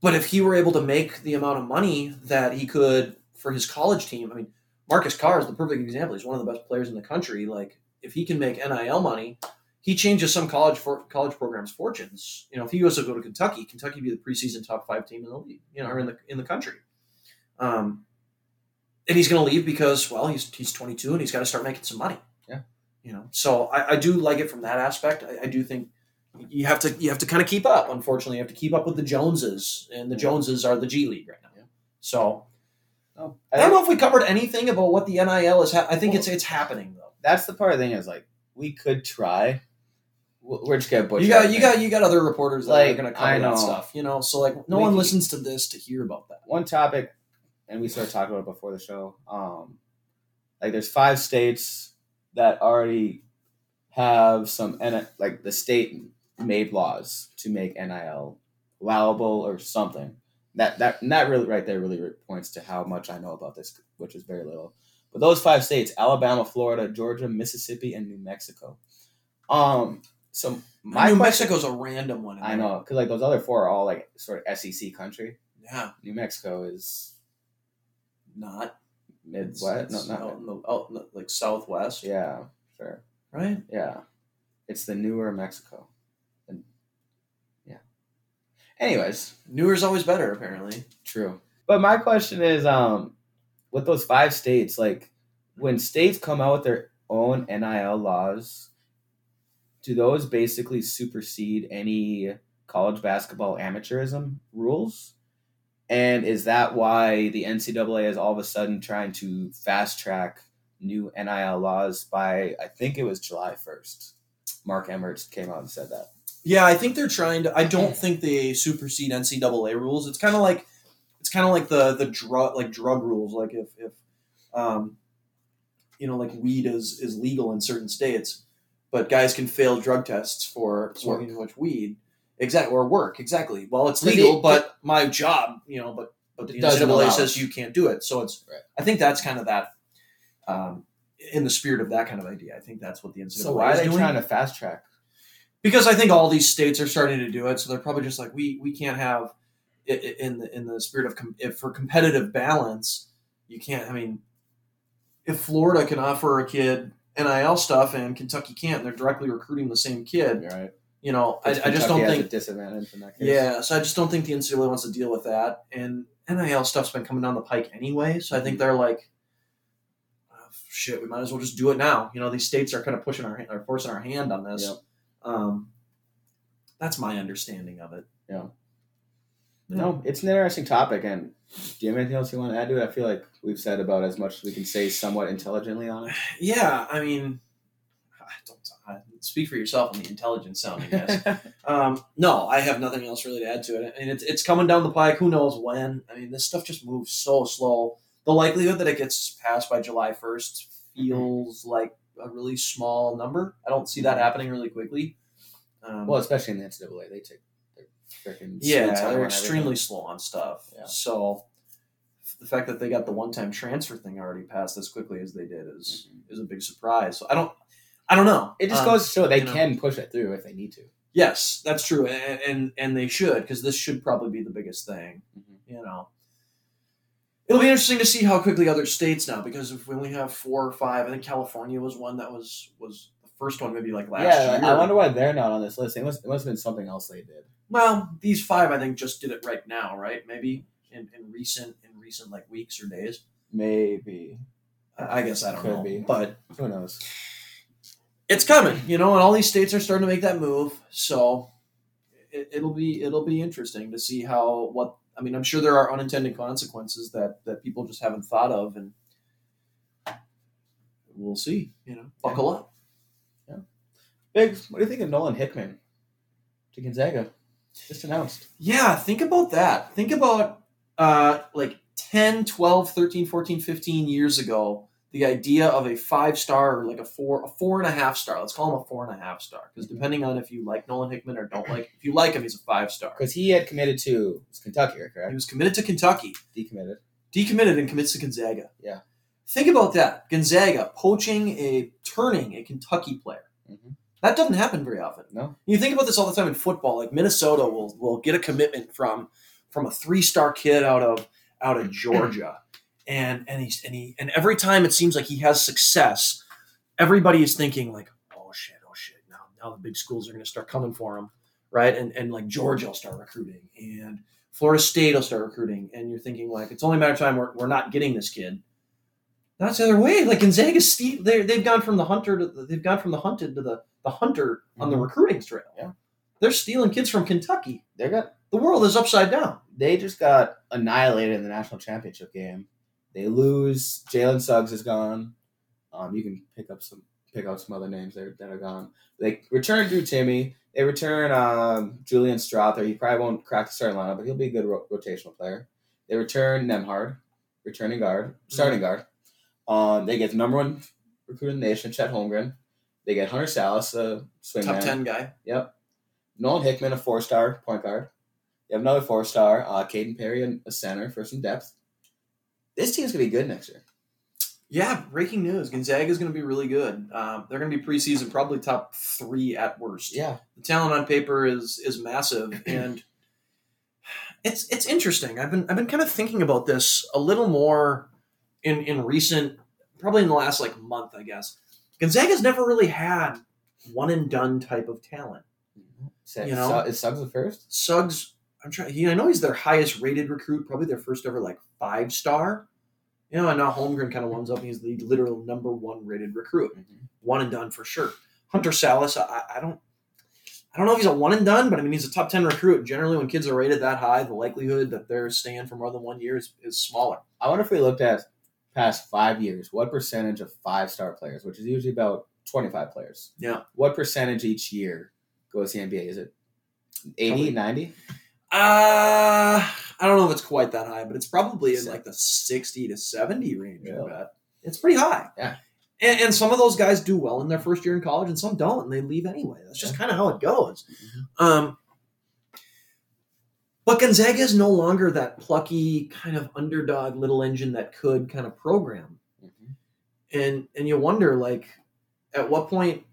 S2: But if he were able to make the amount of money that he could for his college team, I mean, Marcus Carr is the perfect example. He's one of the best players in the country. Like if he can make NIL money, he changes some college for, college programs' fortunes. You know, if he was to go to Kentucky, Kentucky would be the preseason top five team in the league. You know, or in the in the country. Um, and he's going to leave because well, he's he's 22 and he's got to start making some money.
S1: Yeah.
S2: You know, so I, I do like it from that aspect. I, I do think you have to you have to kind of keep up. Unfortunately, you have to keep up with the Joneses, and the Joneses are the G League right now.
S1: Yeah.
S2: So.
S1: Oh,
S2: I don't know if we covered anything about what the NIL is. Ha- I think
S1: Well-
S2: it's it's happening though.
S1: that's the part of the thing is like we could try. We're we're just gonna butcher.
S2: You got
S1: it.
S2: you got you got other reporters that
S1: Like,
S2: are going to
S1: I
S2: cover
S1: know.
S2: that stuff, you know. So like, no
S1: We
S2: one
S1: can-
S2: listens to this to hear about that.
S1: one topic, and we sort of talked about it before the show. Um, like there's five states that already have some N- like the state made laws to make NIL allowable or something. That that and that really right there really points to how much I know about this, which is very little. But those five states: Alabama, Florida, Georgia, Mississippi, and New Mexico. Um, so my
S2: New
S1: question-
S2: Mexico's a random one.
S1: I know because like those other four are all like sort of SEC country.
S2: Yeah,
S1: New Mexico is
S2: not
S1: Mid
S2: it's-
S1: what? No,
S2: it's
S1: not mid-
S2: out in the- out in the- like Southwest,
S1: Yeah, sure.
S2: right?
S1: Yeah, it's the newer Mexico. And- yeah. Anyways,
S2: Newer's always better, apparently.
S1: true. But my question is, um, with those five states, like when states come out with their own NIL laws, do those basically supersede any college basketball amateurism rules? And is that why the NCAA is all of a sudden trying to fast track new NIL laws by, I think it was July 1st? Mark Emmerich came out and said that.
S2: Yeah, I think they're trying to. I don't think they supersede NCAA rules. It's kind of like it's kind of like the the drug like drug rules. Like if if um, you know like weed is is legal in certain states, but guys can fail drug tests for smoking too much weed. Exact or work exactly. Well, it's
S1: But
S2: legal,
S1: it-
S2: but my job, you know, but but the
S1: It doesn't allow
S2: NCAA
S1: it.
S2: says you can't do it. So it's.
S1: Right.
S2: I think that's kind of that. Um, in the spirit of that kind of idea, I think that's what the NCAA
S1: So why are
S2: is
S1: they
S2: doing
S1: trying to fast track?
S2: because I think all these states are starting to do it, so they're probably just like we we can't have i- i- in the in the spirit of com- if for competitive balance, you can't. I mean, if Florida can offer a kid NIL stuff and Kentucky can't, and they're directly recruiting the same kid.
S1: Right.
S2: You know, I, I just don't
S1: has
S2: think.
S1: a disadvantage in that case.
S2: Yeah, so I just don't think the NCAA wants to deal with that, and NIL stuff's been coming down the pike anyway. So I
S1: Mhm.
S2: think they're like, "Oh, shit, we might as well just do it now. You know, these states are kind of pushing our hand, are forcing our hand on this.
S1: Yep.
S2: Um, that's my understanding of it.
S1: Yeah.
S2: Hmm.
S1: No, it's an interesting topic. And do you have anything else you want to add to it? I feel like we've said about as much as we can say somewhat intelligently on it.
S2: Yeah, I mean, I don't I, speak for yourself on the intelligent sound, I guess.
S1: (laughs)
S2: um, no, I have nothing else really to add to it. I mean, it's it's coming down the pike. Who knows when? I mean, this stuff just moves so slow. The likelihood that it gets passed by July first feels like a really small number. I don't see that happening really quickly. Um,
S1: Mm-hmm. well, especially in the NCAA, they take their freaking
S2: Yeah,
S1: sweet time
S2: they're
S1: on
S2: extremely slow on stuff.
S1: Yeah.
S2: So the fact that they got the one-time transfer thing already passed as quickly as they did is
S1: everything.
S2: is a big surprise. So I don't, I don't know.
S1: It just
S2: Um,
S1: goes to show they
S2: you know.
S1: can push it through if they need to.
S2: Yes, that's true, and and, and they should because this should probably be the biggest thing.
S1: Mhm.
S2: You know, it'll be interesting to see how quickly other states now because if we only have four or five, I think California was one that was was the first one maybe like last
S1: yeah,
S2: year.
S1: like, I wonder why they're not on this list. It must, it must have been something else they did.
S2: Well, these five I think just did it right now, right? Maybe in, in recent in recent like weeks or days.
S1: Maybe.
S2: I I guess I don't
S1: Could
S2: know,
S1: be.
S2: but
S1: Who knows?
S2: it's coming, you know, and all these states are starting to make that move. So it, it'll be it'll be interesting to see how what I mean. I'm sure there are unintended consequences that that people just haven't thought of, and we'll see. You know, buckle up.
S1: Biggs, what do you think of Nolan Hickman to Gonzaga? Just announced.
S2: Yeah, think about that. Think about uh, like 10, 12, 13, 14, 15 years ago, the idea of a five star or like a four, a four and a half star. Let's call him a four and a half star because depending on if you like Nolan Hickman or don't like, if you like him, he's a five star.
S1: Because he had committed to it's Kentucky, right,
S2: He
S1: correct?
S2: was committed to Kentucky,
S1: Decommitted.
S2: decommitted, and commits to Gonzaga.
S1: Yeah.
S2: Think about that. Gonzaga poaching a, turning a Kentucky player.
S1: Mhm.
S2: That doesn't happen very often.
S1: No.
S2: You think about this all the time in football. Like Minnesota will will get a commitment from from a three star kid out of out of Georgia, and and he's and he and every time it seems like he has success, everybody is thinking like, oh shit, oh shit, now now the big schools are going to start coming for him, right? And and like Georgia will start recruiting, and Florida State will start recruiting, and you're thinking like, it's only a matter of time we're we're not getting this kid. That's the other way. Like Gonzaga's, ste- they they've gone from the hunter to the, they've gone from the hunted to the the hunter on the recruiting trail.
S1: Yeah.
S2: They're stealing kids from Kentucky.
S1: They got
S2: The world is upside down.
S1: they just got annihilated in the national championship game. They lose. Jalen Suggs is gone. Um, you can pick up some pick out some other names there that are gone. They return Drew Timmy. They return um, Julian Strother. He probably won't crack the starting lineup, but he'll be a good ro- rotational player. They return Nemhard, returning guard, starting guard. Um, they get the number one recruit in the nation, Chet Holmgren. They get Hunter Salas, a swingman.
S2: Top 10 guy.
S1: Yep. Nolan Hickman, a four star point guard. You have another four star, uh, Caden Perry, an- a center for some depth. This team's going to be good next year.
S2: Yeah, breaking news. Gonzaga is going to be really good. Um, they're going to be preseason, probably top three at worst.
S1: Yeah.
S2: The talent on paper is is massive, and it's it's interesting. I've been I've been kind of thinking about this a little more in in recent, probably in the last like month, I guess. Gonzaga's never really had one and done type of talent.
S1: So,
S2: You know?
S1: so- is Suggs the first?
S2: Suggs, I'm trying. He, I know he's their highest rated recruit, probably their first ever like five star. You know, and now Holmgren kind of winds up. and He's the literal number one rated recruit, one and done for sure. Hunter Salas, I, I don't, I don't know if he's a one and done, but I mean he's a top ten recruit. Generally, when kids are rated that high, the likelihood that they're staying for more than one year is, is smaller.
S1: I wonder if we looked at past five years, what percentage of five star players, which is usually about 25 players,
S2: Yeah.
S1: what percentage each year goes to the NBA? Is it 80,
S2: Probably-
S1: 90?
S2: Uh I don't know if it's quite that high, but it's probably in
S1: Se-
S2: like the sixty to seventy range.
S1: Really?
S2: I bet it's pretty high.
S1: Yeah.
S2: and, and some of those guys do well in their first year in college, and some don't, and they leave anyway. That's just kind of how it goes. Um, but Gonzaga is no longer that plucky kind of underdog little engine that could kind of program and and you wonder like at what point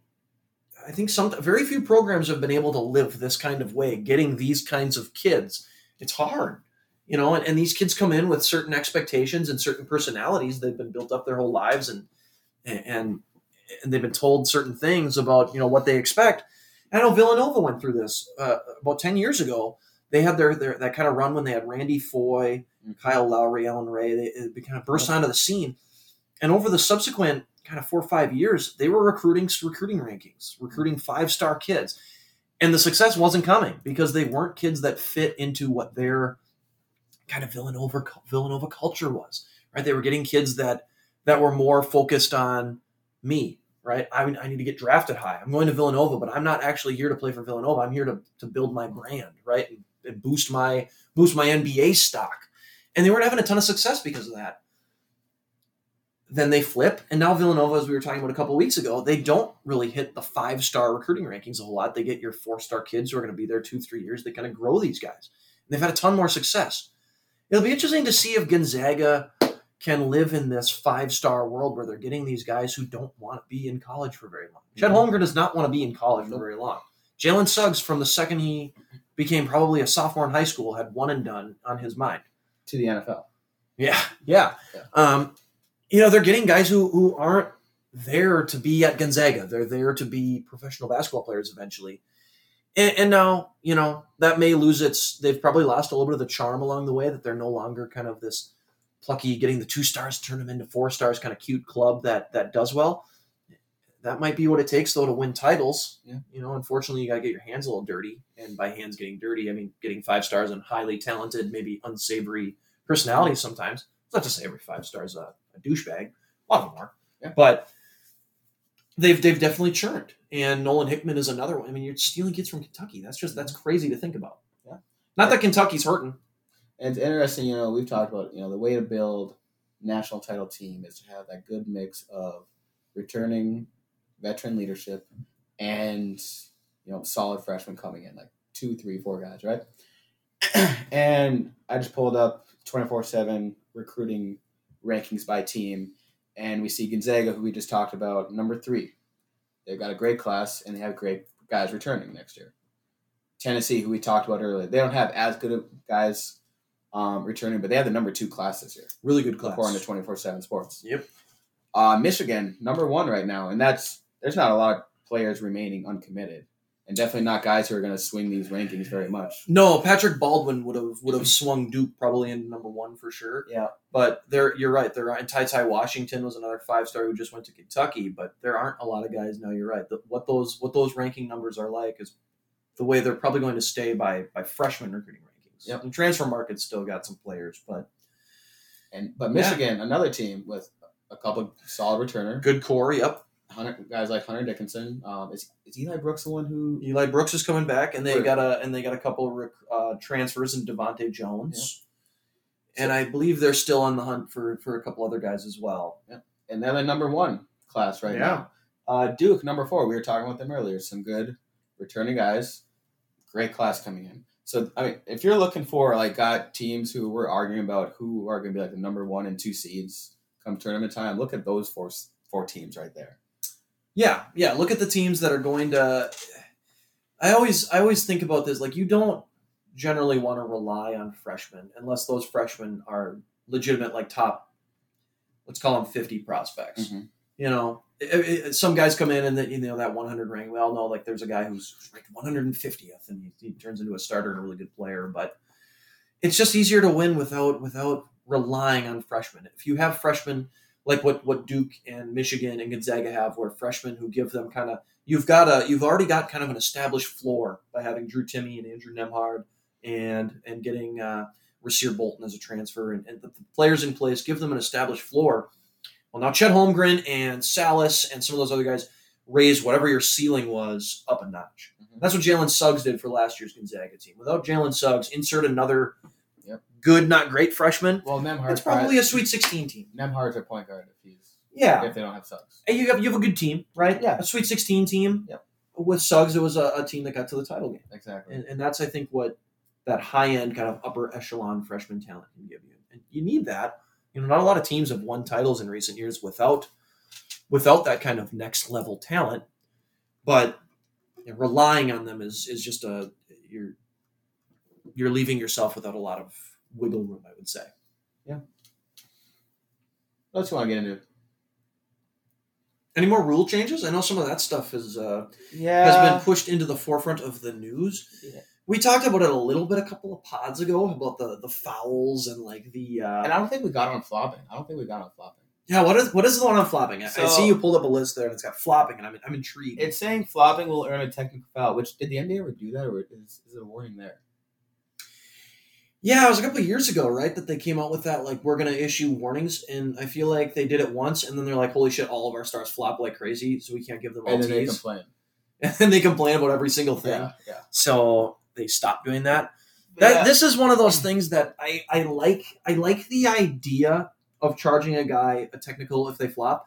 S2: i think some very few programs have been able to live this kind of way getting these kinds of kids it's hard you know and, and these kids come in with certain expectations and certain personalities they've been built up their whole lives and and and they've been told certain things about you know what they expect i know villanova went through this uh, about 10 years ago they had their, their that kind of run when they had randy foy kyle lowry Allen ray they, they kind of burst onto the scene and over the subsequent kind of four or five years, they were recruiting recruiting rankings, recruiting five star kids, and the success wasn't coming because they weren't kids that fit into what their kind of Villanova Villanova culture was. Right? They were getting kids that that were more focused on me. Right? I I need to get drafted high. I'm going to Villanova, but I'm not actually here to play for Villanova. I'm here to to build my brand, right, and, and boost my boost my NBA stock. And they weren't having a ton of success because of that then they flip. And now Villanova, as we were talking about a couple weeks ago, they don't really hit the five star recruiting rankings a whole lot. They get your four star kids who are going to be there two, three years. They kind of grow these guys. And they've had a ton more success. It'll be interesting to see if Gonzaga can live in this five star world where they're getting these guys who don't want to be in college for very long. Chet
S1: Mhm.
S2: Holmgren does not want to be in college for very long. Jalen Suggs, from the second he became probably a sophomore in high school, had one and done on his mind.
S1: To the NFL.
S2: Yeah, yeah.
S1: Yeah.
S2: Um, you know, they're getting guys who who aren't there to be at Gonzaga. They're there to be professional basketball players eventually. And, and now, you know, that may lose its. They've probably lost a little bit of the charm along the way that they're no longer kind of this plucky, getting the two stars, turn them into four stars, kind of cute club that that does well. That might be what it takes though to win titles.
S1: Yeah.
S2: You know, unfortunately, you got to get your hands a little dirty, and by hands getting dirty, I mean getting five stars and highly talented, maybe unsavory personalities sometimes. It's not to say every five stars a, a douchebag. A lot of them are.
S1: Yeah.
S2: But they've they've definitely churned, and Nolan Hickman is another one. I mean, you're stealing kids from Kentucky. That's just that's crazy to think about.
S1: Yeah.
S2: Not that Kentucky's hurting.
S1: And it's interesting, you know, we've talked about, you know, the way to build national title team is to have that good mix of returning veteran leadership and, you know, solid freshmen coming in, like two, three, four guys, right? (clears throat) and I just pulled up 24 7 recruiting rankings by team, and we see Gonzaga, who we just talked about, number three. They've got a great class, and they have great guys returning next year. Tennessee, who we talked about earlier, they don't have as good of guys um, returning, but they have the number two class this year,
S2: Really good
S1: according to 24 7 Sports.
S2: Yep.
S1: Uh, Michigan, number one right now, and that's there's not a lot of players remaining uncommitted, and definitely not guys who are going to swing these rankings very much.
S2: No, Patrick Baldwin would have would have swung Duke probably into number one for sure.
S1: Yeah.
S2: But there, you're right. There aren't. Ty Ty Washington was another five star who just went to Kentucky. But there aren't a lot of guys. No, you're right. The, what those what those ranking numbers are like is the way they're probably going to stay by by freshman recruiting rankings.
S1: Yep.
S2: And transfer market's still got some players, but
S1: And but
S2: Yeah.
S1: Michigan, another team with a couple solid returner,
S2: good core. Yep.
S1: Hunter, guys like Hunter Dickinson. Um, is, is Eli Brooks the one who?
S2: Eli Brooks is coming back, and they
S1: Right.
S2: got a and they got a couple of rec- uh, transfers in Devonte Jones. And I believe they're still on the hunt for, for a couple other guys as well.
S1: And they're the number one class right
S2: Yeah.
S1: now. Uh, Duke number four. We were talking about them earlier. Some good returning guys, great class coming in. So I mean, if you're looking for like got teams who we're arguing about who are going to be like the number one and two seeds come tournament time, look at those four s- four teams right there.
S2: Yeah, yeah. Look at the teams that are going to. I always, I always think about this. Like, you don't generally want to rely on freshmen unless those freshmen are legitimate, like top. Let's call them fifty prospects.
S1: Mhm.
S2: You know, I- I- I- some guys come in and that you know that one hundred rank. We all know like there's a guy who's ranked one hundred and fiftieth, and he, he turns into a starter and a really good player. But it's just easier to win without without relying on freshmen. If you have freshmen like what what Duke and Michigan and Gonzaga have, where freshmen who give them kind of you've got a you've already got kind of an established floor by having Drew Timmy and Andrew Nemhard and and getting uh, Rasir Bolton as a transfer and, and the, the players in place give them an established floor. Well, now Chet Holmgren and Salas and some of those other guys raise whatever your ceiling was up a notch.
S1: Mhm.
S2: That's what Jalen Suggs did for last year's Gonzaga team. Without Jalen Suggs, insert another
S1: Yep.
S2: good, not great freshman.
S1: Well, Nemhard's
S2: It's probably a Sweet 16 team.
S1: Nemhard's a point guard if he's
S2: Yeah.
S1: if they don't have subs.
S2: And you have you have a good team, right?
S1: Yeah.
S2: a Sweet Sixteen team.
S1: Yep.
S2: With Suggs, it was a, a team that got to the title game,
S1: Exactly.
S2: and, and that's I think what that high end kind of upper echelon freshman talent can give you, and you need that. You know, not a lot of teams have won titles in recent years without without that kind of next level talent, but you know, relying on them is is just a you're you're leaving yourself without a lot of wiggle room, I would say.
S1: What else you want to get into?
S2: Any more rule changes? I know some of that stuff is. Uh,
S1: Yeah.
S2: has been pushed into the forefront of the news.
S1: Yeah.
S2: We talked about it a little bit a couple of pods ago about the the fouls and like the uh,
S1: And I don't think we got on flopping. I don't think we got on flopping.
S2: yeah. What is what is the one on flopping? I- I
S1: So-
S2: see you pulled up a list there and it's got flopping and I'm I'm intrigued.
S1: It's saying flopping will earn a technical foul, which did the NBA ever do that, or is, is it a warning there?
S2: yeah, it was a couple of years ago, right? That they came out with that like we're gonna issue warnings, and I feel like they did it once and then they're like, holy shit, all of our stars flop like crazy, so we can't give them all
S1: And then they
S2: tees.
S1: complain.
S2: (laughs) and then they complain about every single thing.
S1: Yeah, yeah.
S2: So they stopped doing that. That,
S1: Yeah.
S2: This is one of those things that I, I like. I like the idea of charging a guy a technical if they flop.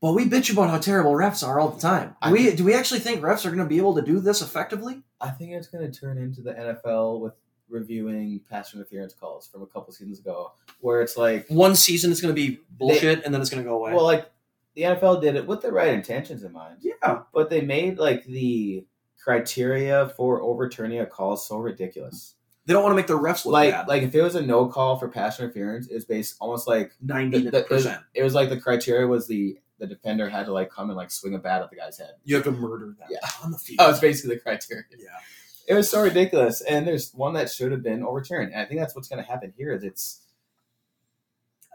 S2: But we bitch about how terrible refs are all the time. Do
S1: I-
S2: we do we actually think refs are going to be able to do this effectively?
S1: I think it's going to turn into the NFL with reviewing pass interference calls from a couple seasons ago, where it's like,
S2: One season it's going to be bullshit, and then it's going to go away.
S1: well, like the NFL did it with the right intentions in mind,
S2: yeah,
S1: but they made like the criteria for overturning a call so ridiculous.
S2: they don't want to make their refs look
S1: Like,
S2: bad.
S1: like if it was a no call for pass interference, it's based almost like
S2: Ninety
S1: the- the-
S2: percent.
S1: it was like the criteria was the the defender had to like come and like swing a bat at the guy's head.
S2: You have to murder them
S1: Yeah. Oh,
S2: on the field.
S1: That was basically the criteria.
S2: yeah,
S1: It was so ridiculous, and there's one that should have been overturned. And I think that's what's going to happen here. Is it's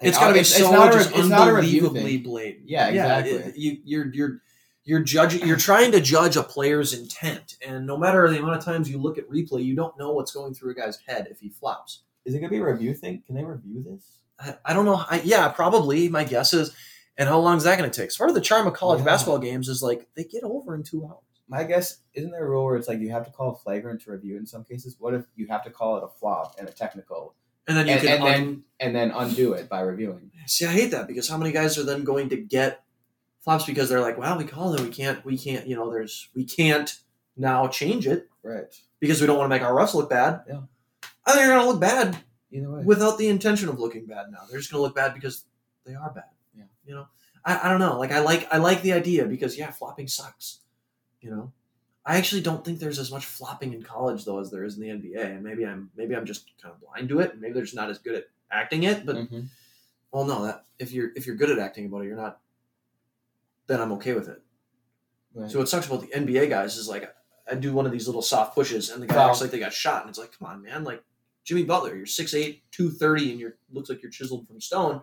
S2: it's got to be
S1: it's-
S2: so
S1: it's not a-
S2: just
S1: it's not a review
S2: unbelievably
S1: thing.
S2: blatant.
S1: yeah, exactly.
S2: it- you, you're you're you're judging. You're trying to judge a player's intent, and no matter the amount of times you look at replay, you don't know what's going through a guy's head if he flops.
S1: is it going to be a review thing? Can they review this?
S2: I, I don't know. I, yeah, probably. My guess is And how long is that going to take? So part of the charm of college
S1: Yeah.
S2: basketball games is like they get over in two hours.
S1: My guess isn't there a rule where it's like you have to call flagrant to review in some cases? What if you have to call it a flop and a technical
S2: And then you
S1: And-
S2: can
S1: and then-
S2: un-
S1: and then undo it by reviewing?
S2: See, I hate that because how many guys are then going to get flops because they're like, "Wow, we called it. We can't. We can't. You know, there's we can't now change it
S1: Right.
S2: because we don't want to make our refs look bad."
S1: Yeah.
S2: I think they're gonna look bad
S1: Either way.
S2: without the intention of looking bad. Now they're just gonna look bad because they are bad.
S1: Yeah.
S2: You know, I, I don't know. Like I like I like the idea because yeah, flopping sucks. You know, I actually don't think there's as much flopping in college though as there is in the NBA. And maybe I'm maybe I'm just kind of blind to it. And maybe they're just not as good at acting it. But
S1: Mhm.
S2: well, no, that if you're if you're good at acting about it, you're not. Then I'm okay with it.
S1: Right.
S2: So what sucks about the NBA guys is like I do one of these little soft pushes, and the guy
S1: Foul.
S2: looks like they got shot, and it's like, come on, man, like Jimmy Butler, you're 6'8", 230, and you're looks like you're chiseled from stone.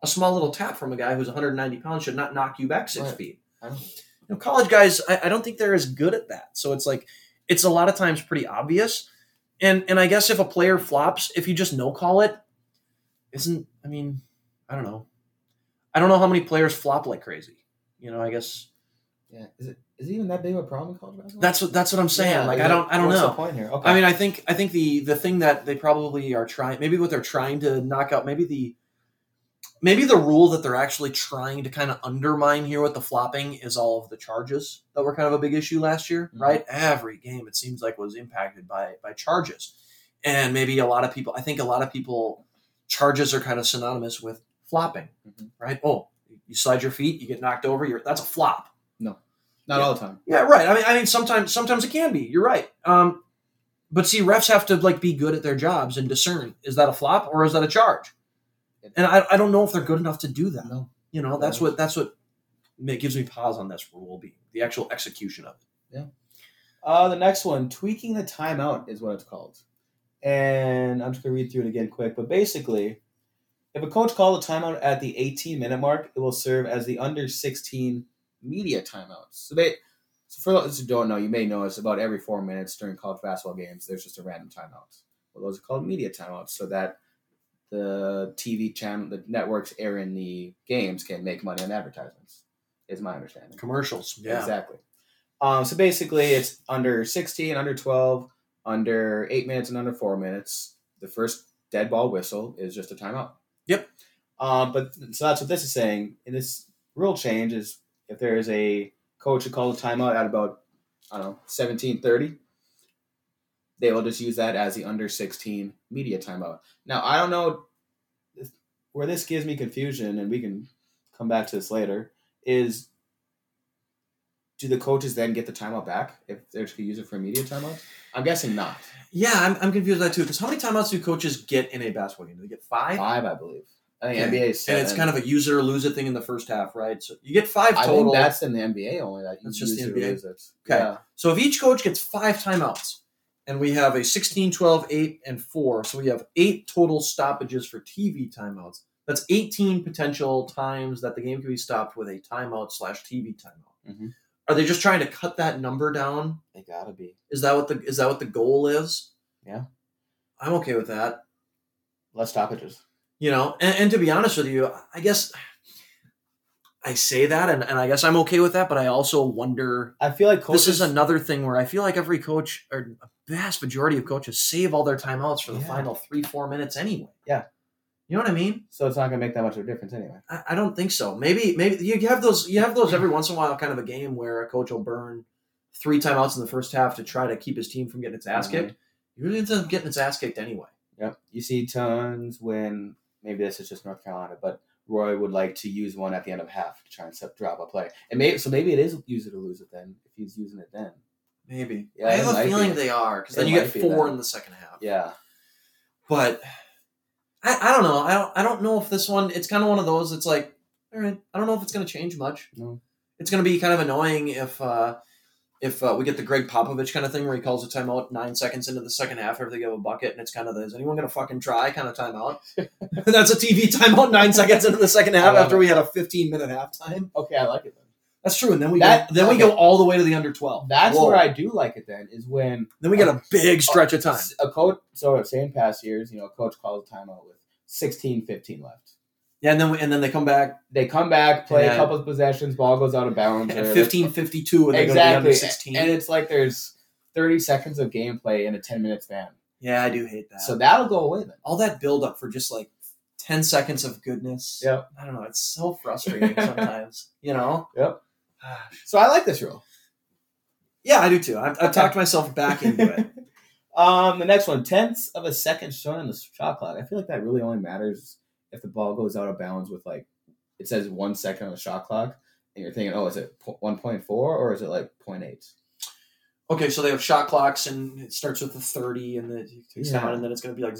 S2: A small little tap from a guy who's 190 pounds should not knock you back six
S1: Right.
S2: feet.
S1: I don't-
S2: You know, college guys, I, I don't think they're as good at that. So it's like it's a lot of times pretty obvious. And and I guess if a player flops, if you just no call it, isn't I mean, I don't know. I don't know how many players flop like crazy. You know, I guess
S1: yeah. Is it is it even that big of a problem in college basketball?
S2: that's what that's what I'm saying.
S1: Yeah,
S2: like I don't I don't
S1: what's The
S2: know.
S1: point here. Okay.
S2: I mean I think I think the the thing that they probably are trying maybe what they're trying to knock out maybe the maybe the rule that they're actually trying to kind of undermine here with the flopping is all of the charges that were kind of a big issue last year,
S1: Mhm.
S2: right? Every game it seems like was impacted by by charges. And maybe a lot of people I think a lot of people charges are kind of synonymous with flopping,
S1: Mhm.
S2: right? Oh, you slide your feet, you get knocked over, you're that's a flop.
S1: not all the time.
S2: Yeah, right. I mean, I mean, sometimes sometimes it can be. You're right. Um, but see, refs have to like be good at their jobs and discern is that a flop or is that a charge. And I, I don't know if they're good enough to do that.
S1: No.
S2: You know, that's what that's what ma- gives me pause on this rule being the actual execution of it.
S1: Uh, the next one, tweaking the timeout is what it's called. And I'm just going to read through it again quick. But basically, if a coach called a timeout at the 18 minute mark, it will serve as the under 16 media timeout. So they, so for those who don't know, you may know it's about every four minutes during college basketball games, there's just a random timeout. Well, those are called media timeouts so that the TV channel, the networks airing the games can make money on advertisements, is my understanding.
S2: Commercials. Yeah.
S1: Exactly. Um, so basically, it's under 16, under 12, under 8 minutes, and under 4 minutes. The first dead ball whistle is just a timeout.
S2: Yep.
S1: Um, but so that's what this is saying. And this rule change is if there is a coach who calls a timeout at about, I don't know, 1730, they will just use that as the under 16 media timeout. Now, I don't know where this gives me confusion, and we can come back to this later, is do the coaches then get the timeout back if they're to use it for immediate timeouts? I'm guessing not.
S2: Yeah, I'm, I'm confused with that too. Because how many timeouts do coaches get in a basketball game? Do they get five?
S1: Five, I believe. I think
S2: Yeah.
S1: NBA is
S2: And
S1: seven.
S2: it's kind of a use it or lose it thing in the first half, right? So you get five
S1: I
S2: total.
S1: think that's in the NBA only that you
S2: That's just
S1: use to
S2: the NBA?
S1: lose it.
S2: Okay.
S1: Yeah.
S2: So if each coach gets five timeouts, and we have a 16, 12, 8, and 4, so we have eight total stoppages for TV timeouts. That's 18 potential times that the game can be stopped with a timeout slash TV timeout.
S1: Mhm.
S2: Are they just trying to cut that number down?
S1: They gotta be.
S2: Is that what the is that what the goal is?
S1: Yeah.
S2: I'm okay with that
S1: Less stoppages.
S2: you know and, and to be honest with you i guess i say that and, and i guess i'm okay with that but i also wonder
S1: I feel like coaches
S2: this is another thing where i feel like every coach or a vast majority of coaches save all their timeouts for the
S1: Yeah.
S2: final three four minutes anyway
S1: Yeah.
S2: you know what i mean
S1: so it's not gonna make that much of a difference anyway.
S2: I, I don't think so maybe maybe you have those you have those every once in a while kind of a game where a coach will burn three timeouts in the first half to try to keep his team from getting its ass
S1: Mhm.
S2: kicked usually ends up getting its ass kicked anyway
S1: Yep. You see tons when maybe this is just North Carolina, but Roy would like to use one at the end of half to try and set, drop a play. And maybe so maybe it is use it or lose it then, if he's using it then.
S2: maybe
S1: Yeah,
S2: i
S1: it
S2: have
S1: might
S2: a
S1: be.
S2: feeling they are because then
S1: It
S2: you get
S1: might be
S2: four
S1: that.
S2: in the second half
S1: Yeah.
S2: but I, I don't know. I don't I don't know if this one it's kind of one of those it's like all right, I don't know if it's going to change much.
S1: No.
S2: It's going to be kind of annoying if uh if uh, we get the Greg Popovich kind of thing where he calls a timeout 9 seconds into the second half after they give a bucket and it's kind of the is anyone going to fucking try kind
S1: (laughs)
S2: of timeout. That's a TV timeout 9 seconds into the second half
S1: I love
S2: after
S1: it.
S2: we had a 15 minute halftime.
S1: Okay, I like it then.
S2: That's true and then we
S1: That-
S2: go, then we
S1: okay.
S2: go all the way to the under 12.
S1: That's
S2: Whoa.
S1: where I do like it then, is when
S2: Then we get a big stretch of time.
S1: A coach, so same past years, you know, a coach calls a timeout with 16, 15 left.
S2: Yeah, and then we, and then they come back
S1: They come back, play
S2: Yeah.
S1: a couple of possessions, ball goes out of bounds.
S2: at
S1: or-
S2: fifteen fifty two, and they go to the
S1: exactly.
S2: under sixteen.
S1: And it's like there's 30 seconds of gameplay in a 10 minute span.
S2: yeah, I do hate that.
S1: So that'll go away then.
S2: all that build up for just like 10 seconds of goodness.
S1: Yep.
S2: I don't know. It's so
S1: (laughs)
S2: frustrating sometimes, you know?
S1: Yep. So I like this rule.
S2: (sighs) Yeah, I do too. I've, I've talked myself back into it. (laughs)
S1: Um, the next one, tenths of a second shown on the shot clock. I feel like that really only matters if the ball goes out of bounds with like it says one second on the shot clock, and you're thinking, oh, is it one point four or is it like 0.8?
S2: Okay, so they have shot clocks and it starts with the 30 and the takes
S1: Yeah.
S2: down, and then it's going to be like